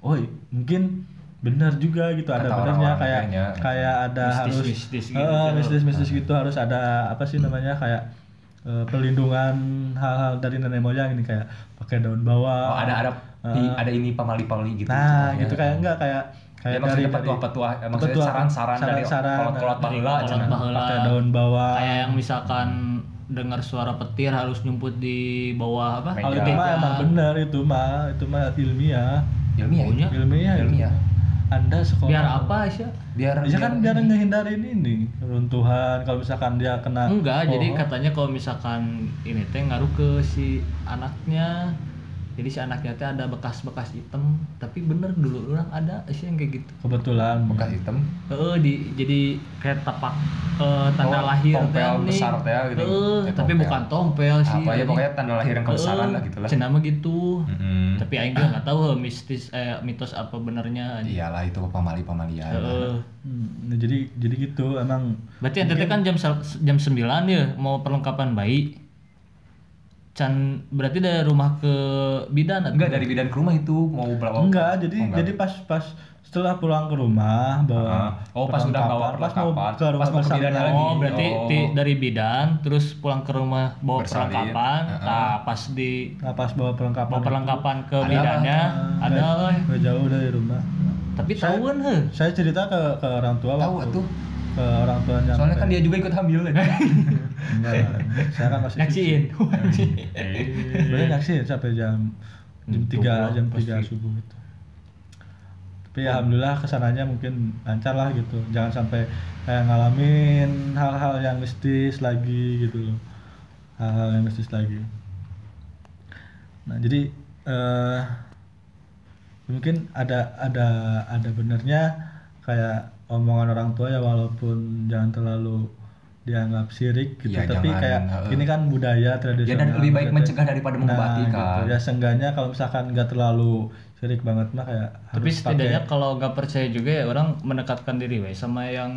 [SPEAKER 3] oh i- mungkin benar juga gitu ada
[SPEAKER 2] Kata
[SPEAKER 3] benernya
[SPEAKER 2] orang-orang
[SPEAKER 3] kayak
[SPEAKER 2] kayaknya.
[SPEAKER 3] kayak ada
[SPEAKER 1] Mistis-
[SPEAKER 3] harus
[SPEAKER 1] mistis gitu.
[SPEAKER 3] Eh, mistis-mistis gitu harus ada apa sih namanya kayak eh, pelindungan hal-hal dari nenek moyang ini kayak pakai daun
[SPEAKER 2] Oh,
[SPEAKER 3] bawang
[SPEAKER 2] ada ada
[SPEAKER 3] Eh,
[SPEAKER 2] i- ada ini pamali-pamali gitu.
[SPEAKER 3] nah
[SPEAKER 2] misalnya.
[SPEAKER 3] gitu kayak enggak kayak
[SPEAKER 2] Ya,
[SPEAKER 3] Kayak dari
[SPEAKER 2] maksudnya petua-petua, eh, maksudnya
[SPEAKER 3] petua-
[SPEAKER 2] saran-saran dari
[SPEAKER 3] saran-saran nah,
[SPEAKER 2] kolot-kolot
[SPEAKER 1] dari
[SPEAKER 2] baheula
[SPEAKER 1] kolot
[SPEAKER 2] cenah.
[SPEAKER 1] baheula.
[SPEAKER 3] pakai daun bawah.
[SPEAKER 1] kayak yang misalkan dengar suara petir harus nyumput di bawah apa?
[SPEAKER 2] Meja.
[SPEAKER 3] Kalau itu mah emang bener itu mah, itu mah ilmiah.
[SPEAKER 2] Ilmiah ya?
[SPEAKER 1] Ilmiah.
[SPEAKER 3] Ilmiah. itu.
[SPEAKER 2] Ilmiah.
[SPEAKER 3] Anda sekolah.
[SPEAKER 1] Biar apa sih?
[SPEAKER 2] Biar
[SPEAKER 3] Ya kan biar ngehindarin ini runtuhan kalau misalkan dia kena Oh,
[SPEAKER 1] Enggak, jadi
[SPEAKER 3] pohon.
[SPEAKER 1] katanya kalau misalkan ini teh ngaruh ke si anaknya. Jadi si anaknya teh ada bekas-bekas hitam, tapi bener dulu orang ada sih yang kayak gitu.
[SPEAKER 3] kebetulan
[SPEAKER 2] bekas hitam.
[SPEAKER 1] Heeh, di jadi kayak tapak eh, tanda
[SPEAKER 2] Oh,
[SPEAKER 1] lahir
[SPEAKER 2] tompel
[SPEAKER 1] nih.
[SPEAKER 2] besar teh gitu.
[SPEAKER 1] Heeh,
[SPEAKER 2] Ya,
[SPEAKER 1] tapi
[SPEAKER 2] tompel.
[SPEAKER 1] bukan tompel sih.
[SPEAKER 2] Apa ya pokoknya tanda lahir yang kebesaran lah gitu lah.
[SPEAKER 1] Cenama gitu.
[SPEAKER 2] Mm-mm.
[SPEAKER 1] Tapi aing juga nggak tahu heuh, mistis eh mitos apa benernya. anjing. Eh,
[SPEAKER 2] Iyalah itu pamali-pamalia.
[SPEAKER 1] Heeh.
[SPEAKER 3] Hmm, nah, jadi jadi gitu emang
[SPEAKER 1] Berarti ente teh kan jam sel- jam 9 ya mau perlengkapan bayi. Can berarti dari rumah ke bidan atau-
[SPEAKER 2] Enggak dari bidan ke rumah itu mau bawa
[SPEAKER 3] enggak
[SPEAKER 2] Oh,
[SPEAKER 3] jadi
[SPEAKER 2] enggak.
[SPEAKER 3] jadi pas pas setelah pulang ke rumah
[SPEAKER 2] Ah.
[SPEAKER 3] bawa
[SPEAKER 2] Oh, pas udah bawa
[SPEAKER 3] perlengkapan, pas mau
[SPEAKER 2] perlengkapan.
[SPEAKER 3] ke rumah
[SPEAKER 2] Pas mau ke
[SPEAKER 3] bersama.
[SPEAKER 2] bidan lagi.
[SPEAKER 1] Oh, berarti
[SPEAKER 2] Oh.
[SPEAKER 1] ti- dari bidan terus pulang ke rumah bawa
[SPEAKER 2] Bersalin.
[SPEAKER 1] perlengkapan.
[SPEAKER 2] Heeh.
[SPEAKER 1] Nah, pas di
[SPEAKER 3] Nah, pas bawa perlengkapan
[SPEAKER 1] bawa perlengkapan ke
[SPEAKER 2] Ada
[SPEAKER 1] bidannya
[SPEAKER 3] lah.
[SPEAKER 1] ada euy.
[SPEAKER 3] itu, nggak jauh dari rumah
[SPEAKER 1] Tapi
[SPEAKER 3] Saya-
[SPEAKER 1] tahuan heuh.
[SPEAKER 3] saya cerita ke ke orang tua
[SPEAKER 2] Tahu
[SPEAKER 3] waktu
[SPEAKER 2] atuh.
[SPEAKER 3] ke orang tua yang
[SPEAKER 2] Soalnya kan dia juga ikut hamil. ya.
[SPEAKER 3] Enggak lah. saya kan masih
[SPEAKER 1] Nyaksiin.
[SPEAKER 2] Hmm.
[SPEAKER 3] Sebenarnya nyaksiin sampai jam jam
[SPEAKER 1] Untung
[SPEAKER 3] tiga
[SPEAKER 1] lah,
[SPEAKER 3] jam tiga
[SPEAKER 1] pasti.
[SPEAKER 3] subuh itu tapi alhamdulillah kesananya mungkin lancar lah gitu jangan sampai kayak ngalamin hal-hal yang mistis lagi gitu loh hal-hal yang mistis lagi nah jadi eh mungkin ada ada ada benernya kayak omongan orang tua ya walaupun jangan terlalu dianggap sirik gitu
[SPEAKER 2] Ya,
[SPEAKER 3] tapi
[SPEAKER 2] jangan,
[SPEAKER 3] kayak
[SPEAKER 2] heeh.
[SPEAKER 3] ini kan budaya
[SPEAKER 2] Ya
[SPEAKER 3] tradisional gitu
[SPEAKER 2] dan lebih baik
[SPEAKER 3] budaya-
[SPEAKER 2] mencegah daripada mengobati
[SPEAKER 3] iya, gitu.
[SPEAKER 2] kan.
[SPEAKER 3] ya seenggaknya kalau misalkan nggak terlalu sirik banget mah kayak
[SPEAKER 1] Tapi
[SPEAKER 3] harus
[SPEAKER 1] setidaknya
[SPEAKER 3] pakai-
[SPEAKER 1] kalau nggak percaya juga ya orang mendekatkan diri we sama yang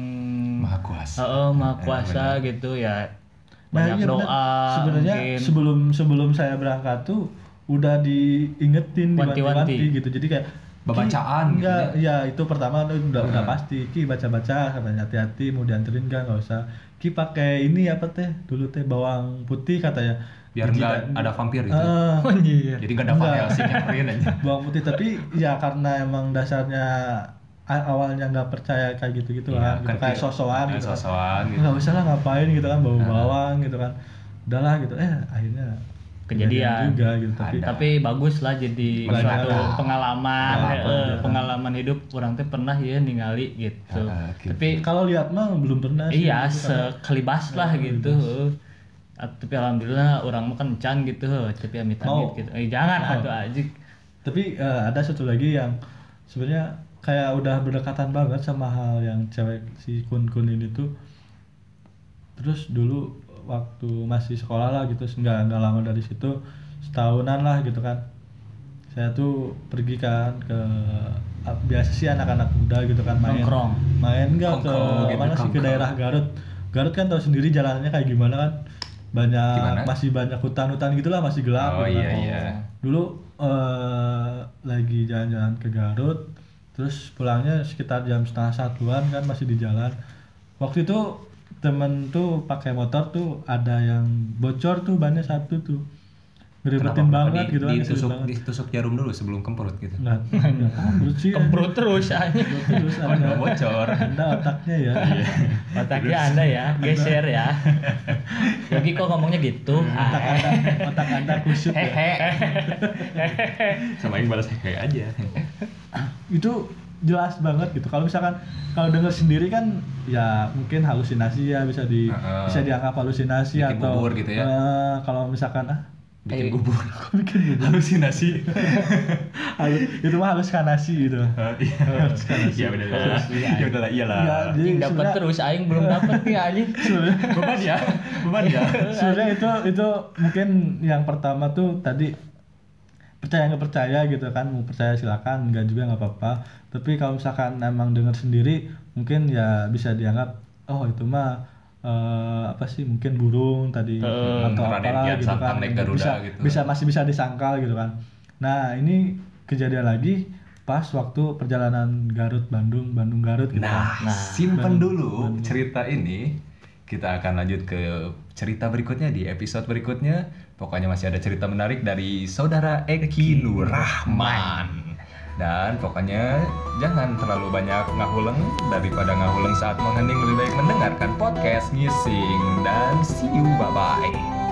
[SPEAKER 2] Maha kuasa.
[SPEAKER 1] Heeh, Maha Kuasa gitu ya.
[SPEAKER 3] Nah,
[SPEAKER 1] Banyak
[SPEAKER 3] iya bener.
[SPEAKER 1] doa
[SPEAKER 3] sebenarnya
[SPEAKER 1] mungkin.
[SPEAKER 3] sebelum sebelum saya berangkat tuh udah diingetin
[SPEAKER 1] Wanti-wanti.
[SPEAKER 3] diwanti-wanti gitu jadi kayak
[SPEAKER 2] Bacaan gitu
[SPEAKER 3] enggak ya itu pertama tuh udah udah pasti ki baca-baca katanya hati-hati mau dianterin kan nggak usah ki pakai ini apa teh dulu teh bawang putih katanya
[SPEAKER 2] Biar
[SPEAKER 3] Tidak-
[SPEAKER 2] enggak ada vampir gitu.
[SPEAKER 3] Eh,
[SPEAKER 2] Jadi enggak ada Van
[SPEAKER 3] Enggak.
[SPEAKER 2] Helsing yang keren aja. Iya,
[SPEAKER 3] bawang putih tapi ya karena emang dasarnya a- awalnya nggak percaya kayak gitu gitu
[SPEAKER 2] Iya,
[SPEAKER 3] kan gitu.
[SPEAKER 2] kan
[SPEAKER 3] kayak
[SPEAKER 2] tidak-
[SPEAKER 3] sosokan
[SPEAKER 2] Kayak
[SPEAKER 3] gitu kan.
[SPEAKER 2] sosokan gitu. Nah.
[SPEAKER 3] nggak usah lah ngapain gitu kan bau bawang gitu kan udahlah gitu eh akhirnya
[SPEAKER 1] Kejadian.
[SPEAKER 3] juga gitu tapi
[SPEAKER 2] Ada.
[SPEAKER 1] Tapi bagus lah jadi
[SPEAKER 3] Belajar.
[SPEAKER 1] suatu pengalaman,
[SPEAKER 2] Pengalaman,
[SPEAKER 1] heeh, pengalaman hidup orang teh pernah ya ningali gitu.
[SPEAKER 2] Heeh, gitu.
[SPEAKER 1] Tapi
[SPEAKER 3] Ah, kalau lihat mah belum pernah sih Nah,
[SPEAKER 1] iya sekelibas lah gitu. heeh. Ah, Tapi alhamdulillah orang mah kan can gitu, heeh. tapi
[SPEAKER 3] Mau.
[SPEAKER 1] amit-amit gitu. Eh, jangan atuh ajik.
[SPEAKER 3] tapi eh, ada satu lagi yang sebenarnya kayak udah berdekatan banget sama hal yang cewek si kun kun ini tuh terus dulu waktu masih sekolah lah gitu nggak nggak lama dari situ setahunan lah gitu kan saya tuh pergi kan ke a- biasa sih anak-anak muda gitu kan main
[SPEAKER 1] Nongkrong.
[SPEAKER 3] main nggak ke
[SPEAKER 2] Kongko gitu,
[SPEAKER 3] mana sih ke
[SPEAKER 2] kongko.
[SPEAKER 3] daerah Garut Garut kan tahu sendiri jalannya kayak gimana kan banyak
[SPEAKER 2] Gimana?
[SPEAKER 3] masih banyak hutan-hutan gitulah masih gelap
[SPEAKER 2] Oh
[SPEAKER 3] gitu kan
[SPEAKER 2] iya iya.
[SPEAKER 3] dulu eh, lagi jalan-jalan ke Garut terus pulangnya sekitar jam setengah satuan kan masih di jalan waktu itu temen tuh pakai motor tuh ada yang bocor tuh bannya satu tuh ngeribetin
[SPEAKER 2] Kenapa?
[SPEAKER 3] banget
[SPEAKER 2] Di-
[SPEAKER 3] gitu kan
[SPEAKER 2] ditusuk
[SPEAKER 3] ngeselin banget. Nah.
[SPEAKER 2] ditusuk jarum dulu sebelum kemprut gitu.
[SPEAKER 3] nggak nggak kembrut sih
[SPEAKER 1] Kemprut terus anjing.
[SPEAKER 3] Iya. terus
[SPEAKER 2] Oh,
[SPEAKER 3] anda
[SPEAKER 2] nggak bocor. Iya.
[SPEAKER 3] anda otaknya ya
[SPEAKER 1] Otaknya Anda ya, geser ya. Yogi kok ngomongnya gitu?
[SPEAKER 3] otak
[SPEAKER 1] Ah,
[SPEAKER 3] anda otak anda kusut
[SPEAKER 2] Eh,
[SPEAKER 3] ya
[SPEAKER 2] Sama yang balas kayak aja.
[SPEAKER 3] itu jelas banget gitu kalau misalkan kalau denger sendiri kan ya mungkin halusinasi ya bisa di
[SPEAKER 2] Heeh.
[SPEAKER 3] bisa dianggap halusinasi
[SPEAKER 2] Bikin
[SPEAKER 3] atau
[SPEAKER 2] bubur gitu ya.
[SPEAKER 3] Eh, kalau misalkan ah
[SPEAKER 2] Bikin
[SPEAKER 1] Eh.
[SPEAKER 2] bubur. Bikin bubur. Halusinasi. Iya.
[SPEAKER 3] halu- itu mah halusinasi gitu
[SPEAKER 2] Ah, iya. Iya benar lah.
[SPEAKER 1] Iya.
[SPEAKER 2] Ya udahlah iyalah.
[SPEAKER 3] Ya, jadi
[SPEAKER 1] Anjing dapat
[SPEAKER 3] sebenarnya-
[SPEAKER 1] terus aing belum dapat nih anjing.
[SPEAKER 3] sebenarnya
[SPEAKER 2] Beban ya. Beban ya.
[SPEAKER 3] sebenarnya itu itu mungkin yang pertama tuh tadi percaya nggak percaya gitu kan mau percaya silakan nggak juga nggak apa-apa tapi kalau misalkan emang dengar sendiri mungkin ya bisa dianggap oh itu mah eh, apa sih mungkin burung tadi
[SPEAKER 1] Heeh,
[SPEAKER 3] atau
[SPEAKER 2] Raden Kian
[SPEAKER 3] apalah gitu
[SPEAKER 2] Hmm, Santang
[SPEAKER 3] kan
[SPEAKER 2] naik Garuda
[SPEAKER 3] bisa
[SPEAKER 2] gitu.
[SPEAKER 3] bisa masih bisa disangkal gitu kan nah ini kejadian lagi pas waktu perjalanan Garut Bandung Bandung Garut gitu
[SPEAKER 2] Nah,
[SPEAKER 3] kan.
[SPEAKER 2] simpen dulu cerita ini. Kita akan lanjut ke cerita berikutnya di episode berikutnya. Pokoknya masih ada cerita menarik dari saudara Eki Nur Rahman. Dan pokoknya jangan terlalu banyak ngahuleng daripada ngahuleng saat mengening lebih baik mendengarkan podcast ngising dan see you bye bye.